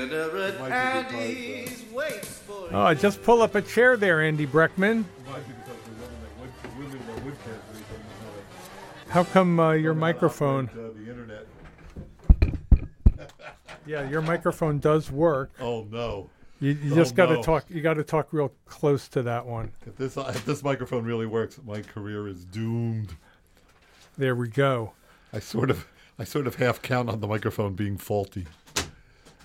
Degenerate Might be because, Andy's waits for Oh, just pull up a chair there, Andy Breckman. Might be because the women that would, the women that would care for each other know how How come uh, your to microphone? operate, uh, the internet. Yeah, your microphone does work. Oh no! You, you Oh, just got to no. talk. You got to talk real close to that one. If this uh, if this microphone really works, my career is doomed. There we go. I sort of I sort of half count on the microphone being faulty.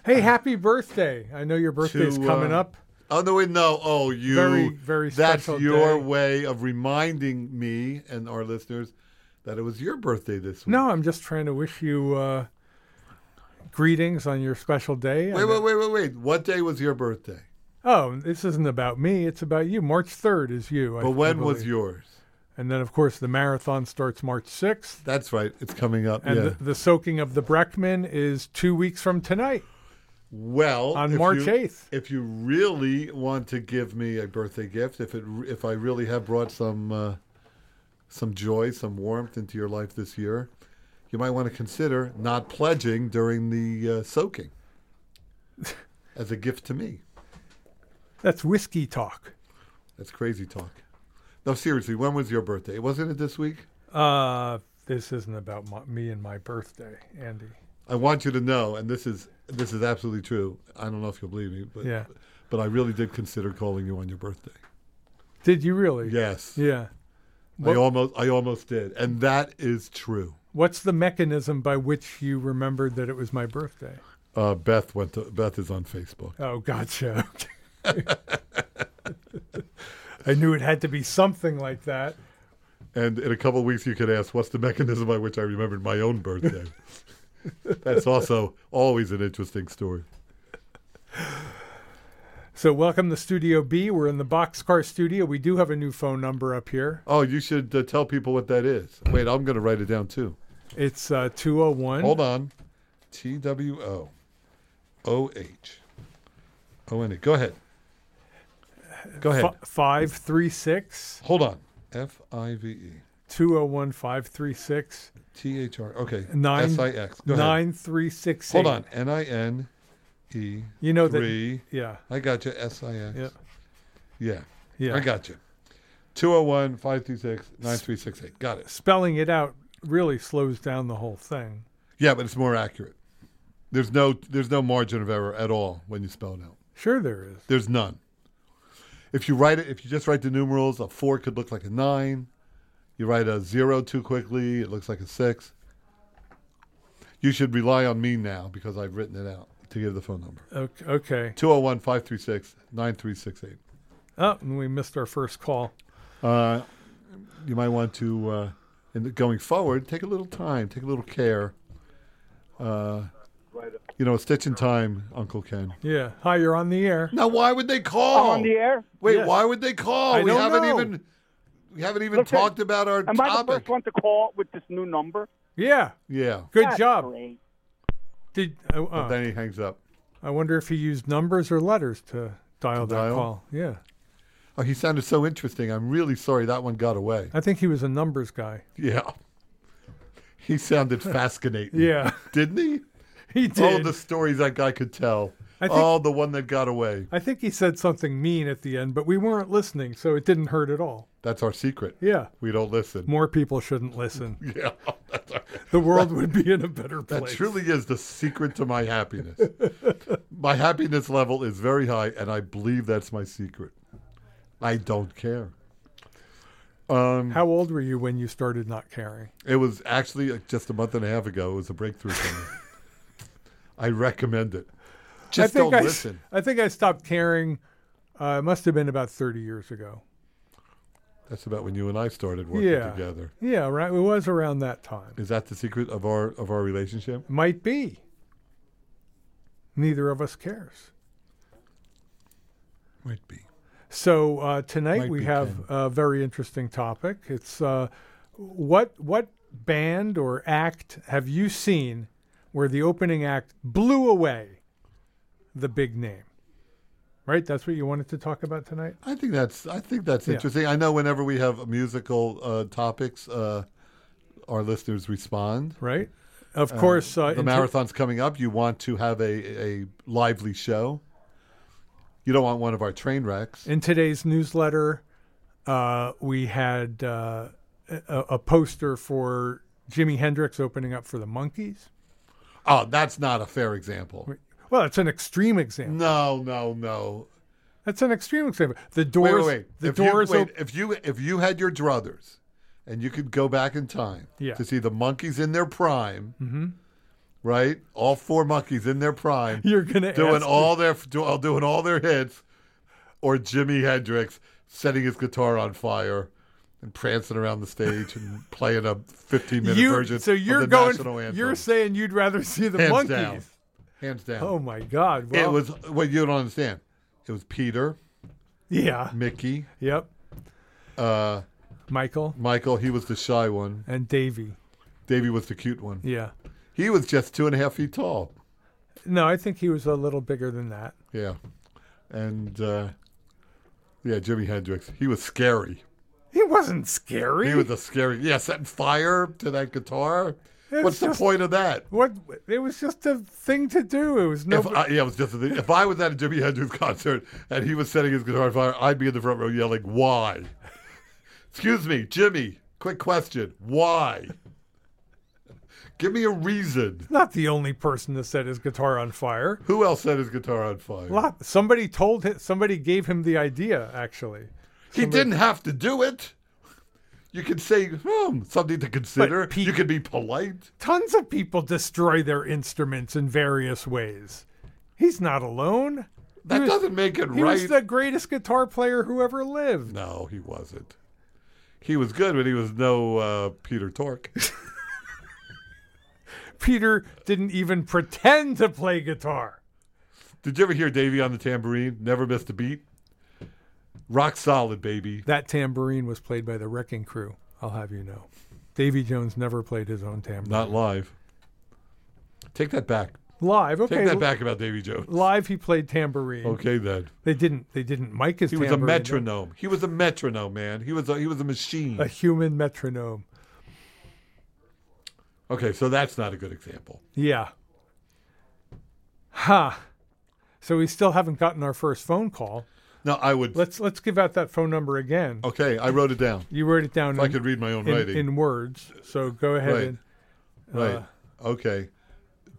Hey, happy birthday! I know your birthday's Uh, To, coming uh, up. Oh no! Wait, no! Oh, you. Very, very That's special your day. way of reminding me and our listeners that it was your birthday this week. No, I'm just trying to wish you uh, greetings on your special day. Wait, And, uh, wait, wait, wait, wait! What day was your birthday? Oh, this isn't about me. It's about you. March 3rd is you. I- But when I was believe. yours? And then, of course, the marathon starts March 6th. That's right. It's coming up. And yeah. the, the soaking of the Breckman is two weeks from tonight. Well, On if March you- 8th. If you really want to give me a birthday gift, if it if I really have brought some uh, some joy, some warmth into your life this year, you might want to consider not pledging during the uh, soaking as a gift to me. That's whiskey talk. That's crazy talk. No, seriously, when was your birthday? Wasn't it this week? Uh, this isn't about my, me and my birthday, Andy. I want you to know, and this is this is absolutely true. I don't know if you'll believe me, but Yeah. but I really did consider calling you on your birthday. Did you really? Yes. Yeah. I almost I almost did. And that is true. What's the mechanism by which you remembered that it was my birthday? Uh, Beth went to Beth is on Facebook. Oh, gotcha. I knew it had to be something like that. And in a couple of weeks you could ask what's the mechanism by which I remembered my own birthday. That's also always an interesting story. So, welcome to Studio B. We're in the Boxcar Studio. We do have a new phone number up here. Oh, you should uh, tell people what that is. Wait, I'm going to write it down too. It's uh, 201. Hold on. T W O O H O N E. Go ahead. Go ahead. F- 536 Hold on. F I V E 201 536 T H R. Okay. Nine- S I X. Go ahead. 9368. Hold on. N I N E You know that. three. Yeah. I got you. S I X. Yeah. Yeah. Yeah. I oh got you. 201 536 9368. Got it. Spelling it out really slows down the whole thing. Yeah, but it's more accurate. There's no there's no margin of error at all when you spell it out. Sure, there is. There's none. If you write it, if you just write the numerals, a four could look like a nine. You write a zero too quickly, it looks like a six. You should rely on me now because I've written it out to give the phone number Okay. okay. 201 536 9368. Oh, and we missed our first call. Uh, you might want to, uh, in the, going forward, take a little time, take a little care. Uh, you know, a stitch in time, Uncle Ken. Yeah. Hi, you're on the air. Now, why would they call? on the air. Wait, Yes. why would they call? I we don't haven't know. even we haven't even Listen, talked about our Am I the topic. first one to call with this new number? Yeah. Yeah. Good That's job. great. Did uh, uh, But then he hangs up. I wonder if he used numbers or letters to dial that dial? call. Yeah. Oh, he sounded so interesting. I'm really sorry that one got away. I think he was a numbers guy. Yeah. He sounded fascinating. Yeah. Didn't he? He All did. the stories that guy could tell. I think- oh, the one that got away. I think he said something mean at the end, but we weren't listening, so it didn't hurt at all. That's our secret. Yeah. We don't listen. More people shouldn't listen. Yeah. That's, our, The world would be in a better that place. truly is the secret to my happiness. my happiness level is very high, and I believe that's my secret. I don't care. Um, How old were you when you started not caring? it was actually uh, just a month and a half ago. It was a breakthrough for me. I recommend it. Just I think don't I, listen. I think I stopped caring. Uh, it must have been about thirty years ago. That's about when you and I started working Yeah. together. Yeah, right. It was around that time. Is that the secret of our of our relationship? Might be. Neither of us cares. Might be. So uh, tonight Might we be, have Ken. a very interesting topic. It's uh, what what band or act have you seen where the opening act blew away the big name? Right, that's what you wanted to talk about tonight. I think that's I think that's Yeah. interesting. I know whenever we have musical uh, topics, uh, our listeners respond, Right? Of course, uh, the in ter- marathon's coming up. You want to have a, a lively show. You don't want one of our train wrecks. in today's newsletter, uh, we had uh, a, a poster for Jimi Hendrix opening up for the Monkees. Oh, that's not a fair example. Well, it's an extreme example. No, no, no. That's an extreme example. The Wait, doors. wait, wait. The if doors. You, wait, op- if you if you had your druthers, and you could go back in time Yeah. to see the monkeys in their prime, Mm-hmm. right? All four monkeys in their prime, you're gonna doing ask- all their do- doing all their hits, or Jimi Hendrix setting his guitar on fire. And prancing around the stage and playing a 15 minute You, version so you're of the going. national anthem. You're saying you'd rather see the Hands monkeys. down. Hands down. Oh my God! Well, it was, well, you don't understand. It was Peter, Yeah. Mickey, Yep. uh, Michael Michael, he was the shy one. and Davy. Davey was the cute one. Yeah. He was just two and a half feet tall. No, I think he was a little bigger than that. Yeah. And uh, yeah, Jimi Hendrix. He was scary. He wasn't scary. He was a scary. Yeah, setting fire to that guitar. It's What's just- the point of that? What? It was just a thing to do. It was no. If I, yeah, it was just the, if I was at a Jimi Hendrix concert and he was setting his guitar on fire, I'd be in the front row yelling, "Why?" Excuse me, Jimmy. Quick question: Why? Give me a reason. not the only person that set his guitar on fire. Who else set his guitar on fire? Lot. Somebody told him. Somebody gave him the idea. Actually, He didn't have to do it. You could say hmm, something to consider. Pete- you could be polite. tons of people destroy their instruments in various ways. He's not alone. That was- doesn't make it He right. was the greatest guitar player who ever lived. No, he wasn't. He was good, but he was no uh, Peter Tork. Peter didn't even pretend to play guitar. Did you ever hear Davey on the tambourine? Never missed a beat. Rock solid, baby. That tambourine was played by the Wrecking Crew. I'll have you know. Davy Jones never played his own tambourine. Not live. Take that back. Live, okay. Take that back about Davy Jones. Live, he played tambourine. Okay, then. They didn't. They didn't mic his. He was a tambourine. metronome. He was a metronome, man. He was a, he was a machine. A human metronome. Okay, so that's not a good example. Yeah. Ha. So we still haven't gotten our first phone call. No, I would. Let's let's give out that phone number again. Okay, I wrote it down. You wrote it down If I in, could read my own in, writing. in words. So go ahead Right. and uh, right. okay.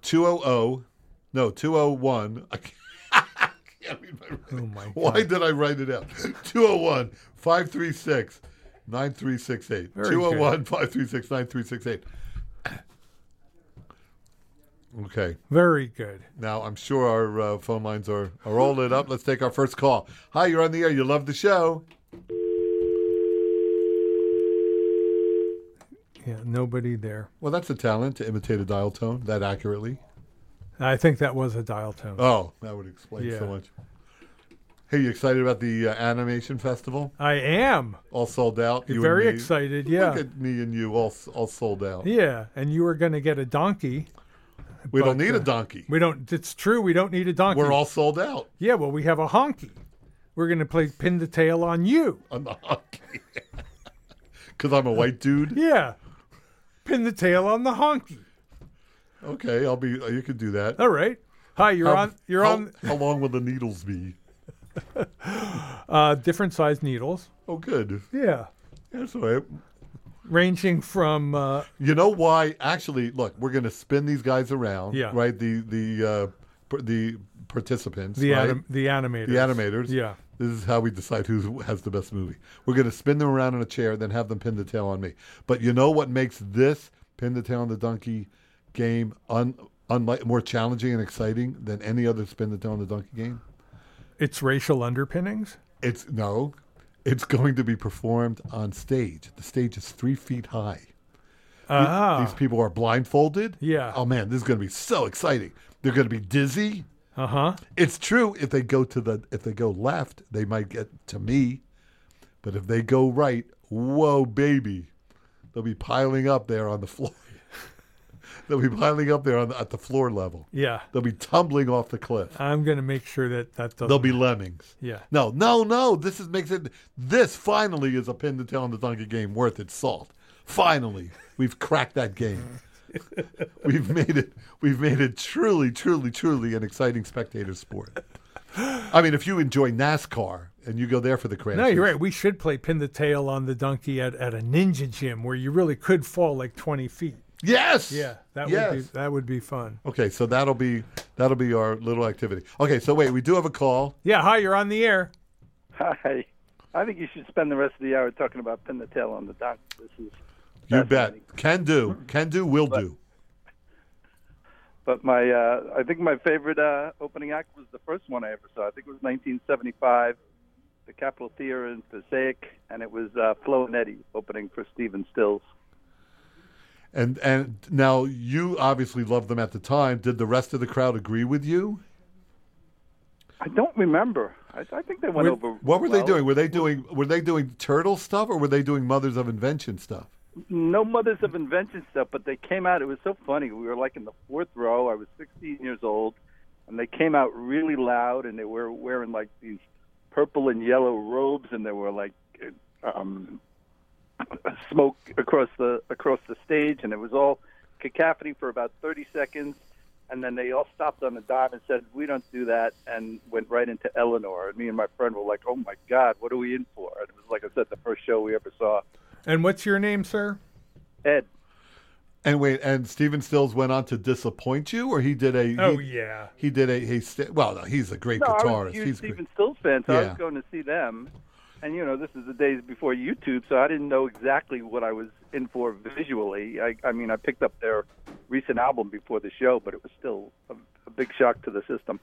200. No, 201. I can't, I can't read my writing. oh my god. Why did I write it out? 201 536 9368. Very 201 536 9368. Okay. Very good. Now, I'm sure our uh, phone lines are, are all lit up. Let's take our first call. Hi, you're on the air. You love the show. Yeah, nobody there. Well, that's a talent to imitate a dial tone that accurately. I think that was a dial tone. Oh, that would explain Yeah. so much. Hey, you excited about the uh, animation festival? I am All sold out. You and very me. excited. Look Yeah. at me and you, all all sold out. Yeah, and you were going to get a donkey. we don't but, need uh, a donkey. We don't it's true, we don't need a donkey. We're all sold out Yeah, well we have a honky. We're going to play pin the tail on you. on the honky. Because I'm a white dude. Yeah. Pin the tail on the honky. Okay, I'll be. You can do that. All right. Hi, you're How- on you're how- on How long will the needles be? uh, different size needles. Oh, good. Yeah. That's all right. Ranging from uh, You know why? Actually, look, we're going to spin these guys around. Yeah. Right. The the uh, par- the participants. the right? anim- the animators. the animators. Yeah. This is how we decide who has the best movie. We're going to spin them around in a chair, then have them pin the tail on me. But you know what makes this pin the tail on the donkey game un, unlike, more challenging and exciting than any other spin the tail on the donkey game? It's racial underpinnings. It's no, it's going to be performed on stage. The stage is three feet high. Ah. These people are blindfolded. Yeah. Oh man, this is going to be so exciting. They're going to be dizzy. Uh huh. It's true. If they go to the if they go left, they might get to me, but if they go right, whoa, baby, they'll be piling up there on the floor. they'll be piling up there on the, at the floor level. Yeah. They'll be tumbling off the cliff. I'm gonna make sure that that doesn't. They'll be lemmings. Yeah. No, no, no. This is makes it. This finally is a pin to tail on the donkey game worth its salt. Finally, we've cracked that game. We've made it. We've made it truly, truly, truly an exciting spectator sport. I mean, if you enjoy NASCAR and you go there for the crash, No, you're right. We should play pin the tail on the donkey at, at a ninja gym where you really could fall like 20 feet. Yes. Yeah, that yes. would be that would be fun. Okay, so that'll be that'll be our little activity. Okay, so wait, we do have a call. Yeah, hi, you're on the air. Hi. I think you should spend the rest of the hour talking about pin the tail on the donkey. This is You bet. fascinating. Can do. Can do. Will do. But my, uh, I think my favorite uh, opening act was the first one I ever saw. I think it was 1975, the Capitol Theater in Passaic, and it was uh, Flo and Eddie opening for Steven Stills. And and now you obviously loved them at the time. Did the rest of the crowd agree with you? I don't remember. I, I think they went With- over. What were well. they doing? Were they doing were they doing turtle stuff or were they doing mothers of invention stuff? No Mothers of Invention stuff, but they came out. It was so funny. We were like in the fourth row. I was 16 years old, and they came out really loud, and they were wearing like these purple and yellow robes, and there were like um, smoke across the across the stage, and it was all cacophony for about 30 seconds, and then they all stopped on a dime and said, "We don't do that," and went right into Eleanor. And me and my friend were like, "Oh my God, what are we in for?" And it was like I said, the first show we ever saw. And what's your name, sir? Ed. And wait, and Steven Stills went on to disappoint you, or he did a Oh he, yeah. he did a he st- well no, he's a great No, I was a guitarist. huge He's great. Stephen Stills fan, so I Yeah. was going to see them. And you know, this is the days before YouTube, so I didn't know exactly what I was in for visually. I, I mean, I picked up their recent album before the show, but it was still a, a big shock to the system.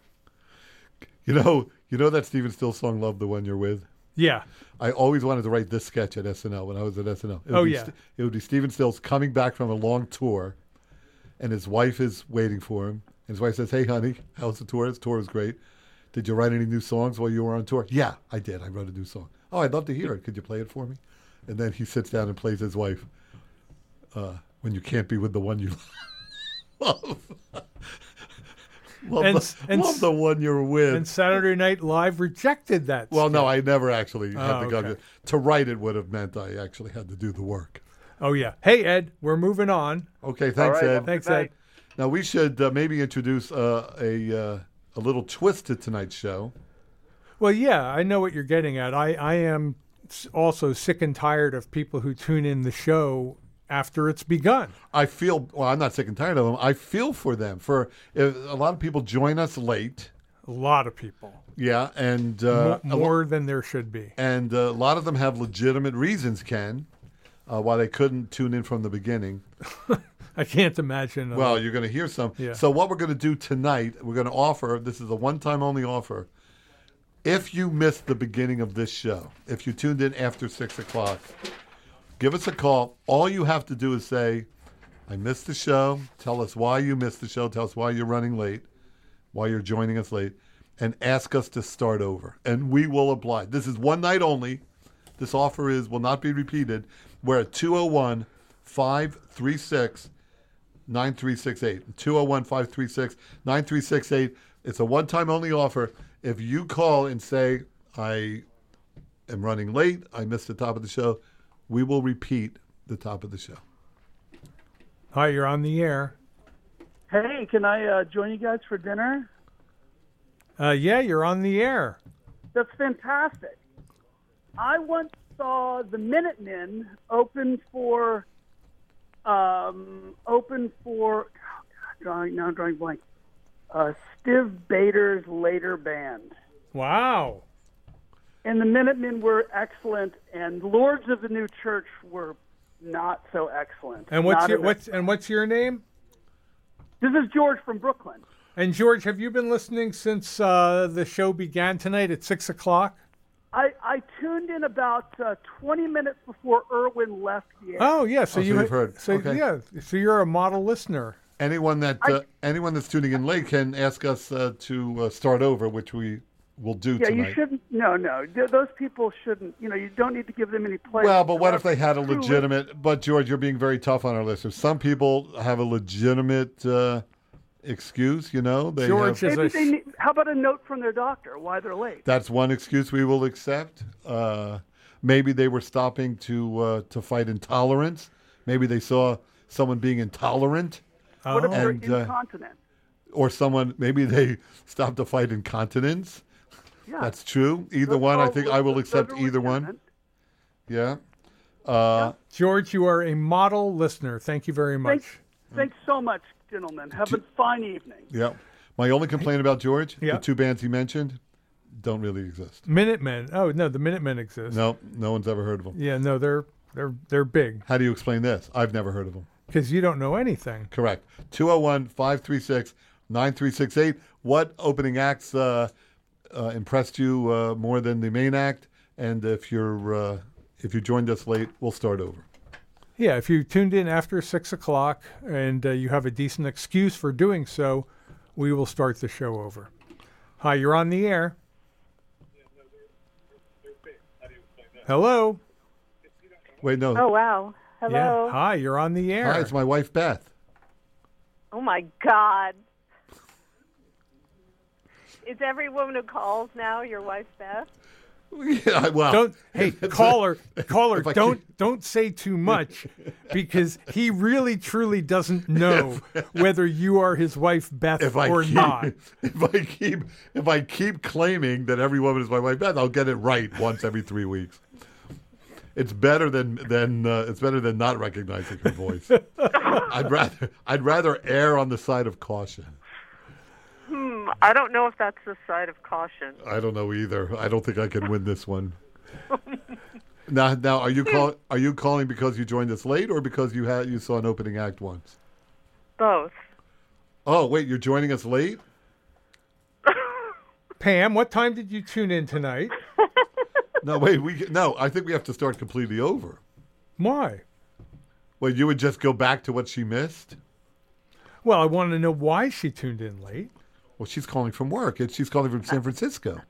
You know, you know that Steven Stills song "Love the One You're With." Yeah. I always wanted to write this sketch at SNL when I was at SNL. It would Oh, be yeah. St- it would be Steven Stills coming back from a long tour, and his wife is waiting for him. And his wife says, "Hey, honey, how's the tour? This tour was great. Did you write any new songs while you were on tour?" Yeah, I did. I wrote a new song. Oh, I'd love to hear it. Could you play it for me? And then he sits down and plays his wife. Uh, when you can't be with the one you love. love, And s- the, and love s- the one you're with. And Saturday Night Live rejected that. Well, no, I never actually had Oh, the gun. okay. To write it would have meant I actually had to do the work. Oh yeah. Hey Ed, we're moving on. Okay, All thanks, right, Ed. have a good Thanks, Ed. night. Now we should uh, maybe introduce uh, a uh, a little twist to tonight's show. Well, yeah, I know what you're getting at. I, I am s- also sick and tired of people who tune in the show after it's begun. I feel well. I'm not sick and tired of them. I feel for them. For if a lot of people join us late. A lot of people, Yeah, and uh, Mo- more than there should be. and uh, a lot of them have legitimate reasons, Ken, uh, why they couldn't tune in from the beginning. I can't imagine. uh, Well, you're going to hear some. Yeah. So what we're going to do tonight, we're going to offer. This is a one-time only offer. If you missed the beginning of this show, if you tuned in after six o'clock, give us a call. All you have to do is say, "I missed the show." Tell us why you missed the show. Tell us why you're running late, why you're joining us late, and ask us to start over, and we will oblige. This is one night only. This offer is will not be repeated. We're at 201 536 9368. 201 536 9368. It's a one time only offer. If you call and say, I am running late, I missed the top of the show, we will repeat the top of the show. Hi, you're on the air. Hey, can I uh, join you guys for dinner? Uh, yeah, you're on the air. That's fantastic. I once saw the Minutemen open for, um, open for, oh God, drawing, now I'm drawing a blank, uh, Stiv Bader's later band. Wow. And the Minutemen were excellent, and Lords of the New Church were not so excellent. And what's Not your, an- what's and what's your name? This is George from Brooklyn. And George, have you been listening since uh, the show began tonight at six o'clock? I, I tuned in about uh, 20 minutes before Irwin left the air. Oh yeah, so, Oh, so you you've heard. So Okay. yeah, so you're a model listener. Anyone that uh, anyone that's tuning in late can ask us uh, to uh, start over, which we will do yeah, tonight. you shouldn't. No, no. Th- those people shouldn't. You know, you don't need to give them any play. Well, but what if they However, had a truly- legitimate? But George, you're being very tough on our listeners. Some people have a legitimate uh, excuse. You know, they George have- is Maybe a they need, how about a note from their doctor why they're late? That's one excuse we will accept. Uh, maybe they were stopping to uh, to fight intolerance. Maybe they saw someone being intolerant What Oh. if they're And, uh, incontinent? or someone maybe they stopped to fight incontinence. Yeah. That's true. Either Let's one, I go think with I will the accept federal either one. amendment. Yeah. Uh, George, you are a model listener. Thank you very much. Thanks, thanks so much, gentlemen. Have a fine evening. yeah. My only complaint about George, Yeah. the two bands he mentioned, don't really exist. Minutemen. Oh no, the Minutemen exist. No, no one's ever heard of them. Yeah, no, they're they're they're big How do you explain this? I've never heard of them. because you don't know anything. Correct. 201 536 9368. What opening acts uh, uh, impressed you uh, more than the main act? And if you're uh, if you joined us late, we'll start over. Yeah, if you tuned in after six o'clock and uh, you have a decent excuse for doing so, we will start the show over. Hi, you're on the air. Hello. Wait, no. Oh wow. Hello. Yeah. Hi, you're on the air. Hi, it's my wife Beth. Oh my God. Is every woman who calls now your wife Beth? yeah, well, don't hey if it's a- caller caller if I don't keep- don't say too much because he really truly doesn't know whether you are his wife Beth if I or keep, not. If I keep if I keep claiming that every woman is my wife Beth, I'll get it right once every three weeks. It's better than than uh, it's better than not recognizing her voice. I'd rather I'd rather err on the side of caution. Hmm, I don't know if that's the side of caution. I don't know either. I don't think I can win this one. now, now, are you Hmm. call, are you calling because you joined us late or because you had you saw an opening act once? Both. Oh, wait, you're joining us late. Pam, what time did you tune in tonight? No, wait, we no. I think we have to start completely over. Why? Well, you would just go back to what she missed? Well, I want to know why she tuned in late. Well, she's calling from work. and She's calling from San Francisco.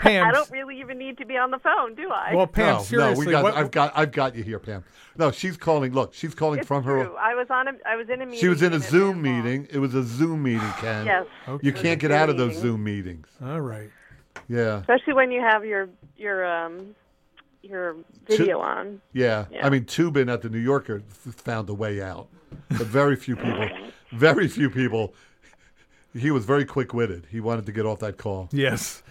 Pam, I don't really even need to be on the phone, do I? well, Pam, no, seriously, no, we got, what, I've got, I've got you here, Pam. No, she's calling. Look, she's calling it's from true. her. I was on a I was in a meeting. She was in a and it Zoom ran long. meeting. It was a Zoom meeting, Ken. Yes. You Okay. can't get Zoom out of those meeting. Zoom meetings. all right. Yeah, Especially when you have your your um your video on. yeah. I mean, Tubin at the New Yorker f- found a way out, but very few people, very few people. He was very quick-witted. He wanted to get off that call. Yes.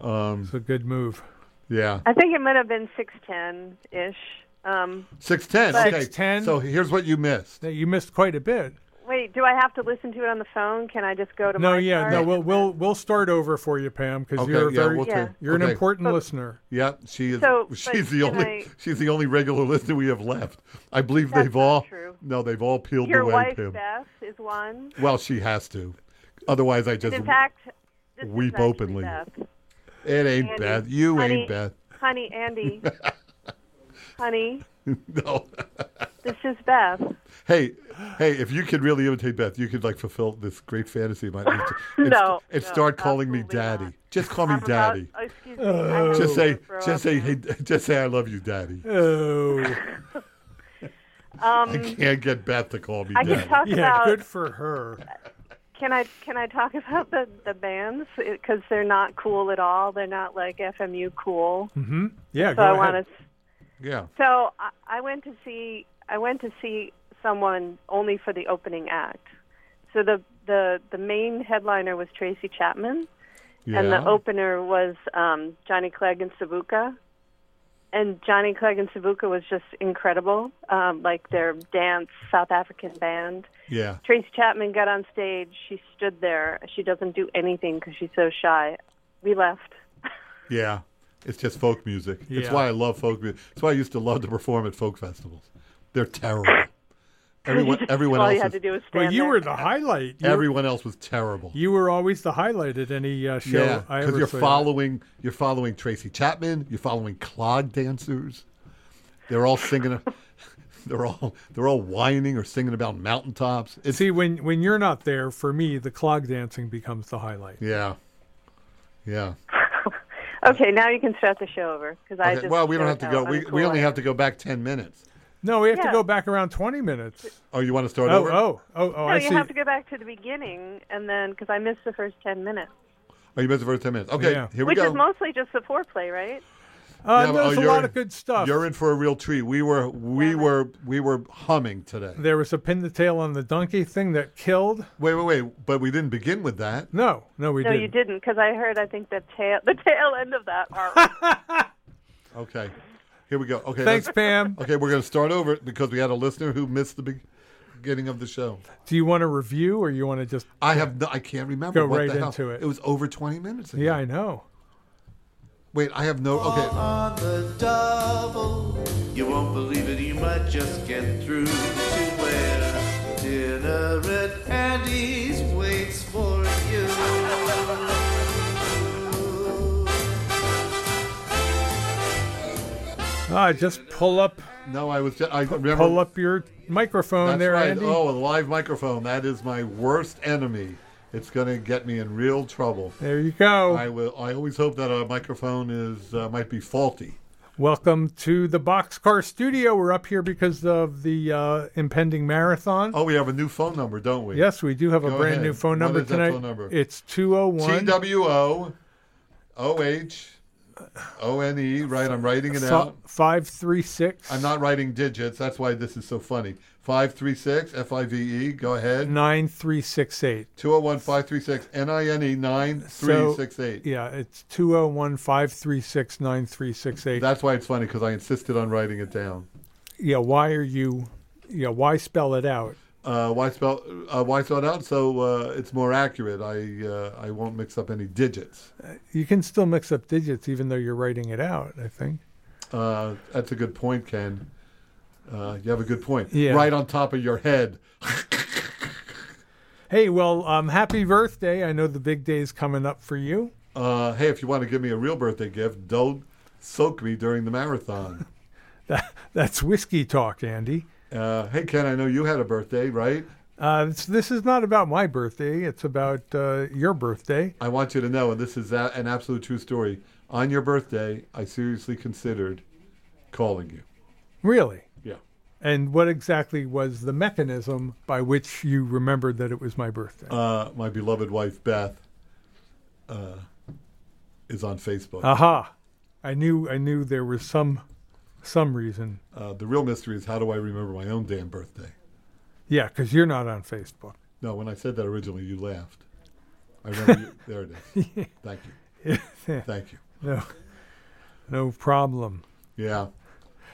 Um, it's a good move. Yeah. I think it might have been six ten ish. Um, Six ten. But- Okay. 6'10. So here's what you missed. Now, You missed quite a bit. wait, do I have to listen to it on the phone? Can I just go to No, my yeah, part? no. We'll we'll we'll start over for you, Pam, because Okay. you're a yeah. very We'll Yeah. take- you're an okay. important listener. Yeah, she is. So, but she's the can only. I- She's the only regular listener we have left. I believe That's they've not all. true. No, they've all peeled Your away. wife Pam. Beth is one. Well, she has to. Otherwise, I just. In fact, this is weep actually openly. Beth. it ain't Andy, Beth. You honey, ain't Beth. Honey, Andy. honey, No. this is Beth. hey, hey! If you could really imitate Beth, you could like fulfill this great fantasy of mine. It's, No, it's no, start calling me absolutely daddy. not. Just call me I'm about- daddy. oh, excuse me. I have just to say, throw up just say, now. hey, just say, I love you, daddy. Oh, Um, I can't get Beth to call me I daddy. can talk yeah. about. Good for her. Can I can I talk about the the bands because they're not cool at all. They're not like FMU cool. Yeah. So I want to. yeah. So I, I went to see I went to see someone only for the opening act. So the the the main headliner was Tracy Chapman, Yeah. and the opener was um, Johnny Clegg and Sabuka. And Johnny Clegg and Sabuka was just incredible, um, like their dance South African band. yeah. Tracy Chapman got on stage. She stood there. She doesn't do anything because she's so shy. We left. Yeah, it's just folk music. It's Yeah. why I love folk music. It's why I used to love to perform at folk festivals. They're terrible. Everyone, everyone All else, you had was, to do was stand Well, you there. were the highlight. You were, everyone else was terrible. you were always the highlight at any uh, show. yeah, I because ever you're saw you. following, you're following Tracy Chapman. You're following clog dancers. They're all singing. they're all they're all whining or singing about mountaintops. It's See, when when you're not there, for me, the clog dancing becomes the highlight. yeah, yeah. Okay, now you can start the show over because I Okay, just. well, we don't have showed to how go. We, uncool we only I have am. to go back ten minutes. No, we have to Yeah. go back around 20 minutes. Oh, you want to start Oh, over? oh, oh, oh! No, I you see. have to go back to the beginning and then because I missed the first ten minutes, Oh, you missed the first ten minutes. Okay, Yeah. here we which go. is mostly just the foreplay, right? Uh, Yeah, but- no, there's oh, a lot you're- of good stuff. You're in for a real treat. We were we were we were humming today. There was a pin the tail on the donkey thing that killed. Wait, wait, wait. But we didn't begin with that. No, no, we No, didn't. you didn't, because I heard. I think the tail, the tail end of that. Are, Okay. Here we go. Okay. Thanks, let's- Pam. Okay, we're going to start over because we had a listener who missed the be- beginning of the show. Do you want to review or you want to just? I have no, I can't remember Go what right the hell. into it. It was over 20 minutes ago. Yeah, I know. Wait, I have no Okay. on the double. You won't believe it, you might just get through to where dinner at Andy's waits for you. Ah, just pull up, No, I was just, I remember pull up your microphone That's there, right. Andy. Oh, a live microphone. That is my worst enemy. It's going to get me in real trouble. There you go. I will I always hope that a microphone is uh, might be faulty. Welcome to the Boxcar Studio. We're up here because of the uh, impending marathon. Oh, we have a new phone number, don't we? Yes, we do have a Go brand ahead. new What phone number is that tonight. phone number? It's 201. T W O O H O N E. Right, I'm writing it out. 536 I'm not writing digits. That's why this is so funny. 536 F I V E. Go ahead. 9368. 201 536 N I N E 9368. Yeah, it's 201 536 9368. That's why it's funny because I insisted on writing it down. Yeah, why are you, yeah, why spell it out? Uh, why spell uh, why spell it out so uh, it's more accurate? I uh, I won't mix up any digits. You can still mix up digits even though you're writing it out, I think. Uh, that's a good point, Ken. Uh, you have a good point. Yeah. Right on top of your head. Hey, well, um, happy birthday. I know the big day is coming up for you. Uh, hey, if you want to give me a real birthday gift, don't soak me during the marathon. That, that's whiskey talk, Andy. Uh, hey, Ken, I know you had a birthday, right? Uh, this, this is not about my birthday. It's about uh, your birthday. I want you to know, and this is a- an absolute true story. On your birthday, I seriously considered calling you. Really? Yeah. And what exactly was the mechanism by which you remembered that it was my birthday? Uh, my beloved wife, Beth, uh, is on Facebook. Aha! I knew I knew there was some some reason. Uh, the real mystery is how do I remember my own damn birthday? Yeah, because you're not on Facebook. No, when I said that originally, you laughed. I remember you. There it is. Thank you. Thank you. No, no problem. Yeah.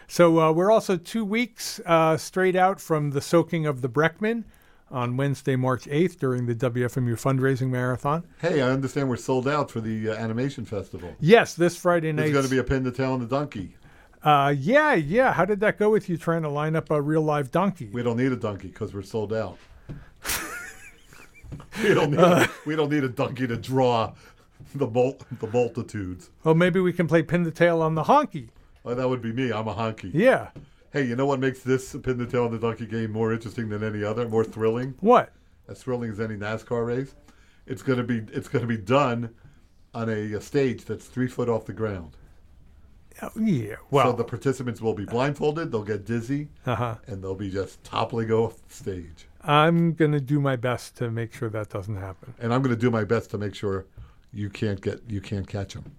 So uh, we're also two weeks uh, straight out from the soaking of the Breckman on Wednesday, March 8th during the WFMU fundraising marathon. Hey, I understand we're sold out for the uh, animation festival. Yes, this Friday night. There's going to be a pin to tail on the donkey. Uh, yeah, yeah. How did that go with you trying to line up a real live donkey? We don't need a donkey because we're sold out. we don't need. we don't need a donkey to draw the mul- the multitudes. Oh, maybe we can play pin the tail on the honky. Oh, that would be me. I'm a honky. Yeah. Hey, you know what makes this pin the tail on the donkey game more interesting than any other, more thrilling, What? as thrilling as any NASCAR race? It's gonna be. It's gonna be done on a, a stage that's three foot off the ground. Oh, yeah. Well, so the participants will be blindfolded. They'll get dizzy, Uh-huh. and they'll be just toppling off the stage. I'm gonna do my best to make sure that doesn't happen. and I'm going to do my best to make sure you can't get you can't catch them.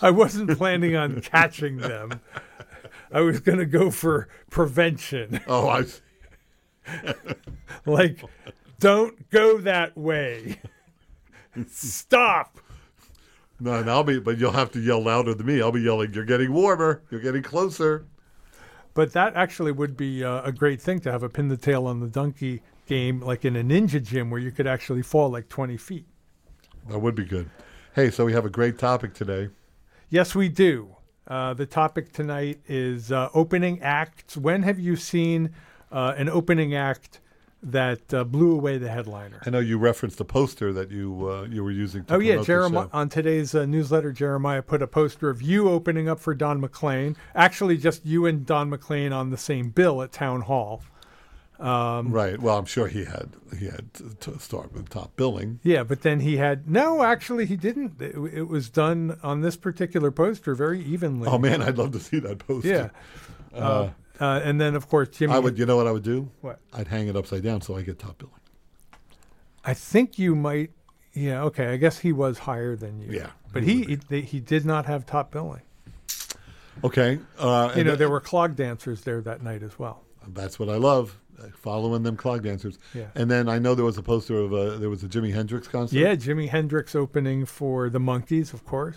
I wasn't planning on catching them. I was gonna go for prevention, Oh, I see. like, don't go that way. Stop. no, and I'll be, but you'll have to yell louder than me. I'll be yelling, "You're getting warmer. You're getting closer." But that actually would be uh, a great thing to have a pin the tail on the donkey game, like in a ninja gym where you could actually fall like 20 feet. That would be good. Hey, so we have a great topic today. Yes, we do. Uh, the topic tonight is uh, opening acts. When have you seen uh, an opening act that uh, blew away the headliner? I know you referenced the poster that you uh, you were using. To Oh yeah, promote the Jeremiah show. on today's uh, newsletter, Jeremiah put a poster of you opening up for Don McLean. Actually, just you and Don McLean on the same bill at town hall. um, Right. Well, I'm sure he had he had to- to start with top billing. Yeah, but then he had no. Actually, he didn't. It, it was done on this particular poster very evenly. Oh man, I'd love to see that poster. yeah. Uh, uh, and then of course Jimmy. I would. You know what I would do? What? I'd hang it upside down so I get top billing. I think you might. Yeah, okay. I guess he was higher than you. Yeah, But he he, they, he did not have top billing. Okay. Uh, You and know, th- there were clog dancers there that night as well. that's what I love, uh, following them clog dancers. Yeah. And then I know there was a poster of a there was a Jimi Hendrix concert. Yeah, Jimi Hendrix opening for the Monkees, of course.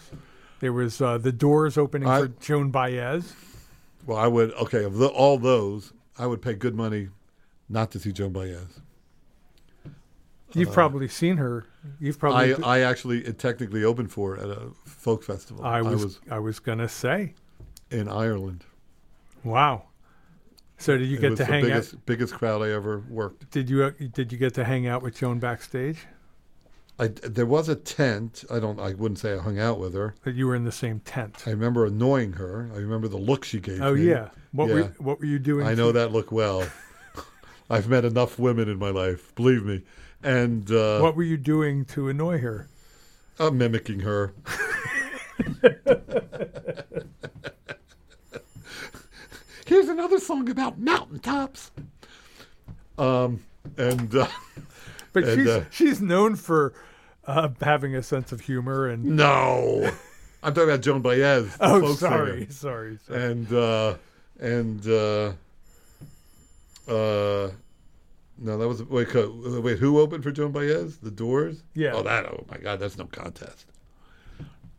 There was uh, the Doors opening I- for Joan Baez. Well, I would okay of the, all those, I would pay good money not to see Joan Baez. You've probably seen her. You've I, probably. Uh, I actually it technically opened for it at a folk festival. I was, I was gonna say, in Ireland. wow. So did you It get was to the hang biggest out? biggest crowd I ever worked. Did you uh, did you get to hang out with Joan backstage? I, there was a tent. I don't. I wouldn't say I hung out with her. That you were in the same tent. I remember annoying her. I remember the look she gave Oh me. yeah. What were what were you doing? I know to- that look well. I've met enough women in my life, believe me. And uh, what were you doing to annoy her? I'm mimicking her. Here's another song about mountaintops. Um, and uh, But and, she's uh, she's known for uh, having a sense of humor and. no, I'm talking about Joan Baez. the Oh, folk sorry, singer. sorry, sorry. and uh, and uh, uh, no, that was wait. co- Wait, who opened for Joan Baez? The Doors. Yeah. Oh, that. Oh my God, that's no contest.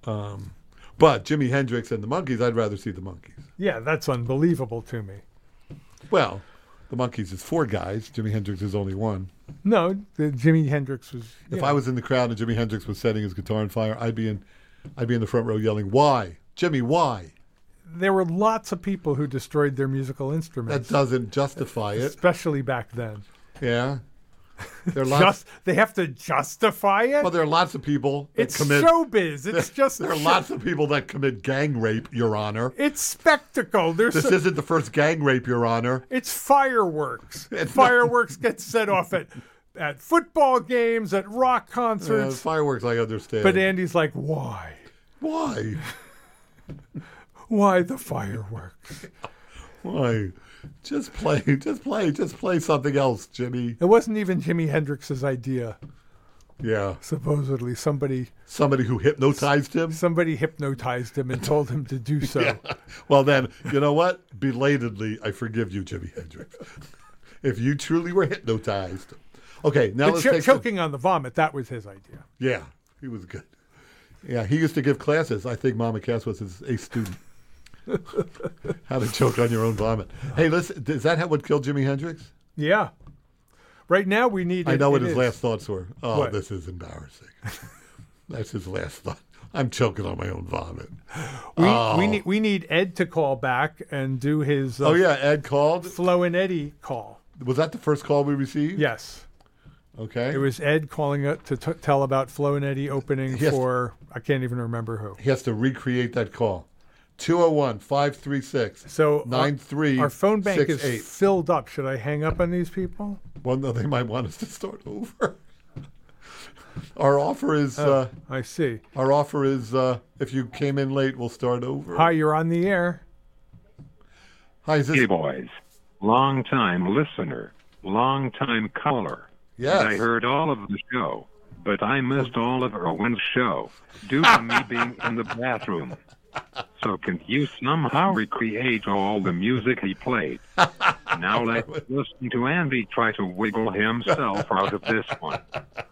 Um, but Jimi Hendrix and the Monkeys, I'd rather see the Monkeys. Yeah, that's unbelievable to me. Well, the Monkeys is four guys. Jimi Hendrix is only one. No, the Jimi Hendrix was. If yeah. I was in the crowd and Jimi Hendrix was setting his guitar on fire, I'd be in, I'd be in the front row yelling, "Why, Jimmy? Why?" there were lots of people who destroyed their musical That instruments, doesn't justify it. especially back then. Yeah. There are lots Just they have to justify it. Well, there are lots of people that it's commit. showbiz. It's just there are show- lots of people that commit gang rape, Your Honor. It's spectacle. There's This so- isn't the first gang rape, Your Honor. it's fireworks. It's not- fireworks get set off at at football games, at rock Uh, concerts. fireworks, I understand. but Andy's like, why? why? Why the fireworks? Why? Just play, just play, just play something else, Jimmy. It wasn't even Jimi Hendrix's idea. Yeah, Supposedly, somebody somebody who hypnotized him. somebody hypnotized him and told him to do so. Well, then, you know what? Belatedly, I forgive you, Jimi Hendrix. if you truly were hypnotized. Okay, now But let's cho- take some- choking on the vomit, that was his idea. Yeah, he was good. Yeah, he used to give classes. I think Mama Cass was his a student. how to choke on your own vomit. Hey, listen, is that how what killed Jimi Hendrix? Yeah. Right now we need. I know what it his is. last thoughts were. Oh, What? this is embarrassing. That's his last thought. I'm choking on my own vomit. We, we need we need Ed to call back and do his uh, Oh yeah, Ed called. Flo and Eddie call. Was that the first call we received? Yes, Okay. it was Ed calling up to t- tell about Flo and Eddie opening Yes. for I can't even remember who. he has to recreate that call. 201 536 So our- 9368. our, phone bank is filled up. Should I hang up on these people? Well, no, they might want us to start over. our offer is uh, Oh, I see. our offer is uh, if you came in late, we'll start over. Hi, you're on the air. Hi, is this? Hey, boys. Long time listener, long time caller. Yes. I heard all of the show, but I missed all of Erwin's show due to me being in the bathroom. So, can you somehow recreate all the music he played? Now, let's listen to Andy try to wiggle himself out of this one.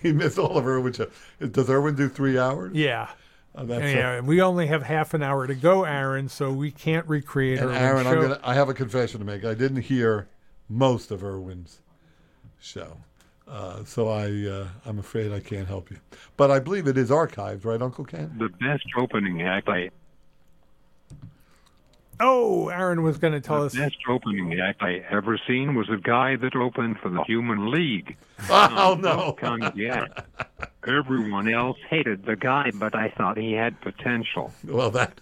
He missed all of Irwin. show. Does Irwin do three hours? Yeah. Oh, that's a- Yeah, we only have half an hour to go, Aaron, so we can't recreate and our Aaron, I'm show. gonna, I have a confession to make. I didn't hear most of Irwin's show, uh, so I uh, I'm afraid I can't help you. But I believe it is archived, right, Uncle Ken? The best opening act I Oh, Aaron was going to tell us. The best opening act I ever seen was a guy that opened for the Human League. Oh no! Kanye. Everyone else hated the guy, but I thought he had potential. Well, that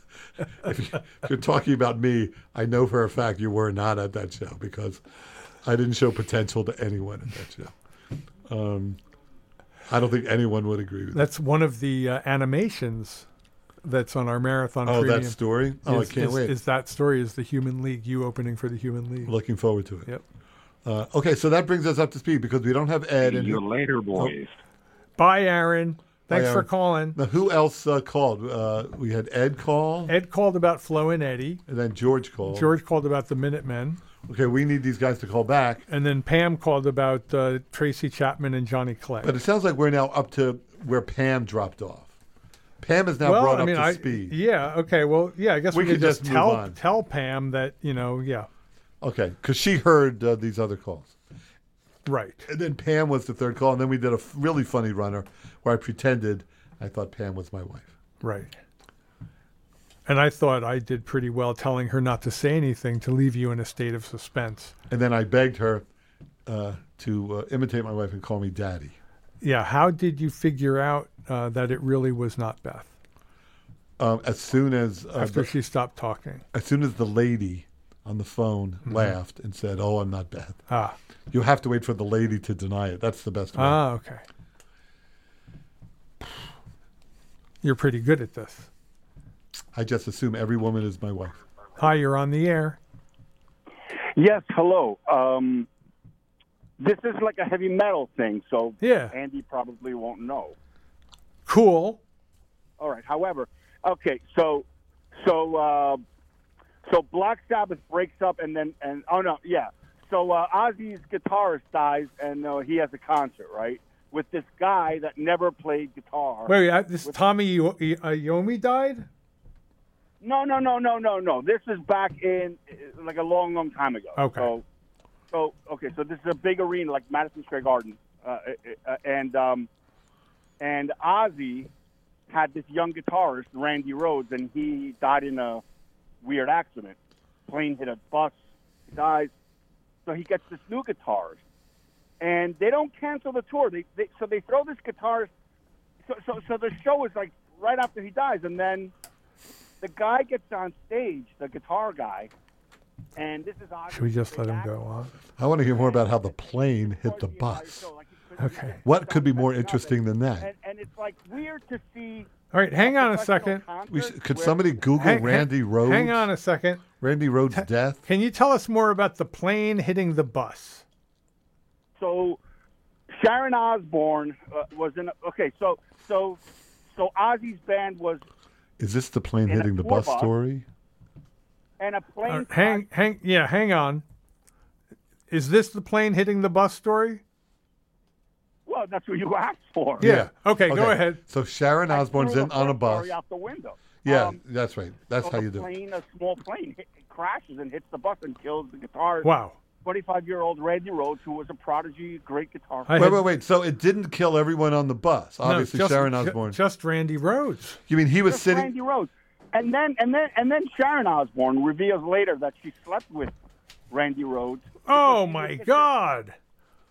if, you, if you're talking about me, I know for a fact you were not at that show because I didn't show potential to anyone at that show. Um, I don't think anyone would agree with that. That's one of the uh, animations that's on our marathon. Oh, premium. that story! Oh, is, I can't is- wait. Is that story is the Human League? You opening for the Human League? Looking forward to it. Yep. Uh, okay, so that brings us up to speed because we don't have Ed. See And Oh, you later, boys. Bye, Aaron. Thanks for Aaron. calling. now, who else uh, called? Uh, we had Ed call, Ed called about Flo and Eddie. and then George called. George called about the Minutemen. Okay, we need these guys to call back. And then Pam called about uh, Tracy Chapman and Johnny Clegg. But it sounds like we're now up to where Pam dropped off. Pam is now brought up to speed. Yeah. Okay. Well, yeah. I guess we, We could could just, just move tell on. tell Pam that you know. Yeah. Okay, because she heard uh, these other calls. Right. And then Pam was the third call, and then we did a f- really funny runner where I pretended I thought Pam was my wife. Right. And I thought I did pretty well telling her not to say anything to leave you in a state of suspense. And then I begged her uh, to uh, imitate my wife and call me daddy. Yeah. How did you figure out uh, that it really was not Beth Um, as soon as uh, after the- she stopped talking? Mm-hmm. as soon as the lady on the phone laughed and said, "Oh, I'm not Beth," Ah. you have to wait for the lady to deny it. That's the best way. Ah. Okay. You're pretty good at this. I just assume every woman is my wife. Hi, you're on the air. Yes, hello. Um, this is like a heavy metal thing, so Yeah. Andy probably won't know. Cool. All right. However, okay, so so uh, so Black Sabbath breaks up, and then and oh no, yeah. So uh, Ozzy's guitarist dies, and uh, he has a concert, right, with this guy that never played guitar. Wait, I, this Tommy Io- I- Iommi died. No, no, no, no, no, no. This is back in uh, like a long, long time ago. Okay. Oh, So, so okay, so this is a big arena like Madison Square Garden, uh, uh, uh, and um, and Ozzy had this young guitarist Randy Rhodes, and he died in a weird accident. Plane hit a bus, he dies. So he gets this new guitarist, and they don't cancel the tour. They, they so they throw this guitarist. So, so so the show is like right after he dies, and then the guy gets on stage, the guitar guy, and this is Ozzy. Should we just let him go on? I want to hear more about how the plane hit the bus. Okay. What could be more interesting than that? And, and it's like weird to see. All right, hang on a professional second. concert We should, could where- somebody Google Hang, Randy hang- Rhodes? Hang on a second. Randy Rhodes' death. Can you tell us more about the plane hitting the bus? So Sharon Osbourne uh, was in. Okay, so so so Ozzy's band was Is this the plane In a hitting the tour bus bus. story? and a plane. All right, hang, hang, yeah, hang on. Is this the plane hitting the bus story? Well, that's what you asked for. Yeah. Okay, go ahead. So Sharon I Osbourne's threw in the on a first bus. story out the window. Yeah, Um, that's right. That's so how the you do it. plane, a small plane, hit, crashes and hits the bus and kills the guitar. Wow. 25 year old Randy Rhodes, who was a prodigy, great guitar I player. had- Wait, wait, wait. So it didn't kill everyone on the bus. no, Obviously, just- Sharon ju- Osbourne. Just Randy Rhodes. you mean he was Just sitting? Randy Rhodes. And then, and then, and then Sharon Osbourne reveals later that she slept with Randy Rhodes. because Oh he my was such a- God.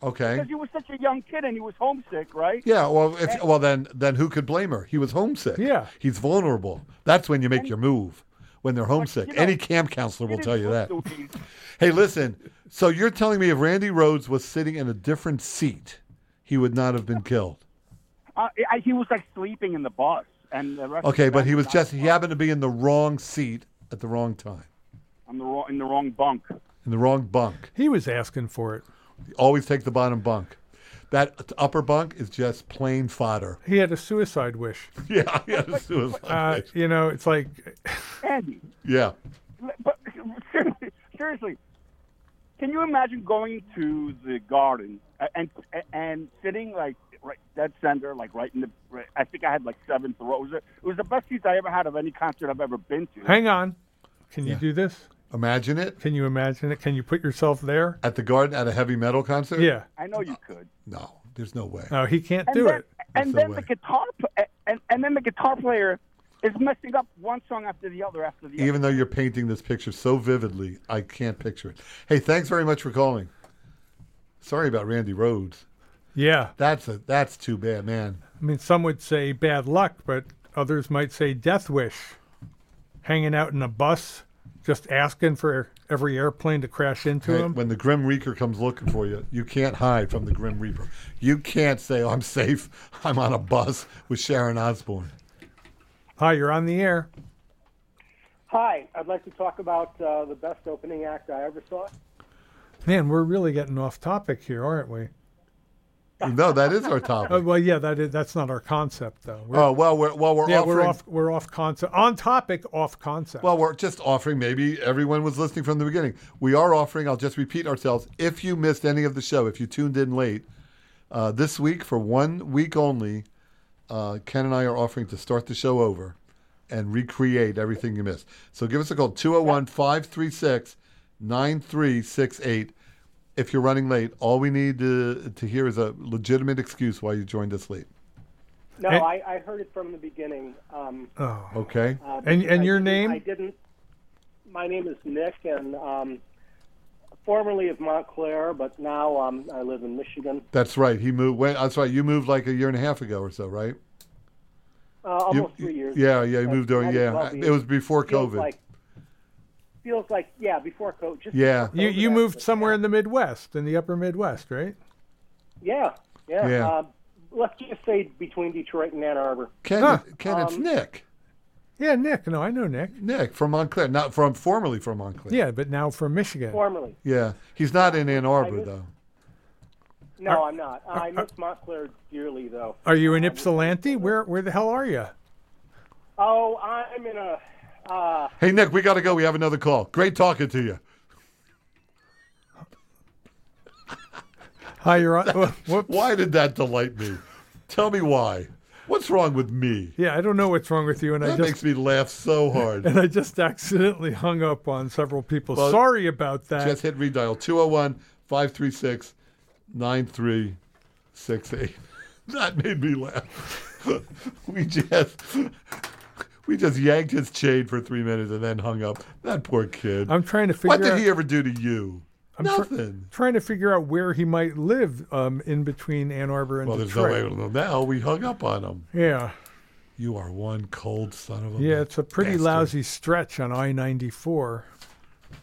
Okay. Because he was such a young kid and he was homesick, right? Yeah. Well, if, well, then then who could blame her? He was homesick. Yeah. He's vulnerable. That's when you make your move. When they're homesick. you know, Any camp counselor will He tell you that. didn't look to be- Hey, listen. So you're telling me if Randy Rhodes was sitting in a different seat, he would not have been killed. Uh, I- he was like sleeping in the bus, and the rest. Okay, of the but he band was not just he happened to be in the wrong seat at the wrong time, on the wrong, in the wrong bunk. in the wrong bunk. He was asking for it. Always take the bottom bunk. That upper bunk is just plain fodder. He had a suicide wish. Yeah, yeah, suicide. Uh, you know, it's like, Andy, yeah. but seriously, seriously, can you imagine going to the garden a- and and sitting like right dead center, like right in the? Right, I think I had like seventh row. It was, the- it was the best seats I ever had of any concert I've ever been to. hang on. Can you Yeah. do this? Imagine it Can you imagine it? Can you put yourself there? at the Garden at a heavy metal concert. Yeah. I know you could. No, there's no way. No, he can't And do then, it. and That's then the the way. guitar pl- and and then the guitar player is messing up one song after the other after the Even though you're painting this picture so vividly, I can't picture it. Hey, thanks very much for calling. Sorry about Randy Rhodes. Yeah. That's a that's too bad, man. I mean, some would say bad luck, but others might say death wish. Hanging out in a bus, just asking for every airplane to crash into Hey, him. when the Grim Reaper comes looking for you, you can't hide from the Grim Reaper. You can't say, oh, "I'm safe. I'm on a bus with Sharon Osbourne." Hi, you're on the air. Hi, I'd like to talk about uh, the best opening act I ever saw. Man, we're really getting off topic here, aren't we? No, that is our Uh, topic. well, yeah, that is, that's not our concept though. We're, Oh well, we're, well we're yeah, offering. we're off we're off concept on topic, off concept. Well, we're just offering. Maybe everyone was listening from the beginning. We are offering. I'll just repeat ourselves. If you missed any of the show, if you tuned in late uh, this week for one week only, uh, Ken and I are offering to start the show over and recreate everything you missed. So give us a call 201 536 9368. If you're running late, all we need to, to hear is a legitimate excuse why you joined us late. No, And- I, I heard it from the beginning. Um, oh. Okay? uh, And- because and I your didn't- name? I didn't. My name is Nick, and um, formerly of Montclair, but now um, I live in Michigan, That's right. He moved. Wait, that's right. You moved like a year and a half ago or so, right? uh, almost You- three years. Yeah, yeah, he That's moved during. might as Yeah, well be. it was before Feels COVID. Like, feels like yeah, before COVID. Just Yeah. before you COVID, you moved actually. somewhere in the Midwest, in the Upper Midwest, right? Yeah, yeah. Yeah. Uh, let's just say between Detroit and Ann Arbor. Ken, Huh. Ken, it's Um, Nick. Yeah, Nick. No, I know Nick. Nick from Montclair, not from formerly from Montclair. Yeah, but now from Michigan. Formerly, yeah. He's not in Ann Arbor was- though. no, Are- I'm not. I miss Montclair dearly, though. Are you in I was- Ypsilanti? Where where the hell are you? Oh, I'm in a. Uh, Hey Nick, we got to go. We have another call. Great talking to you. Hi, you're on. whoop, whoop. Why did that delight me? Tell me why. What's wrong with me? Yeah, I don't know what's wrong with you, and I That just makes me laugh so hard. and I just accidentally hung up on several people. Well, Sorry about that. Just hit redial 201 536 9368. That made me laugh. we just we just yanked his chain for three minutes and then hung up. That poor kid. I'm trying to figure What did out he ever do to you? tr- Nothing. trying to figure out where he might live um, in between Ann Arbor and well, there's no way Detroit. we'll know now. We hung up on him. yeah, You are one cold son of a. yeah, it's a pretty bastard. lousy stretch on I-94.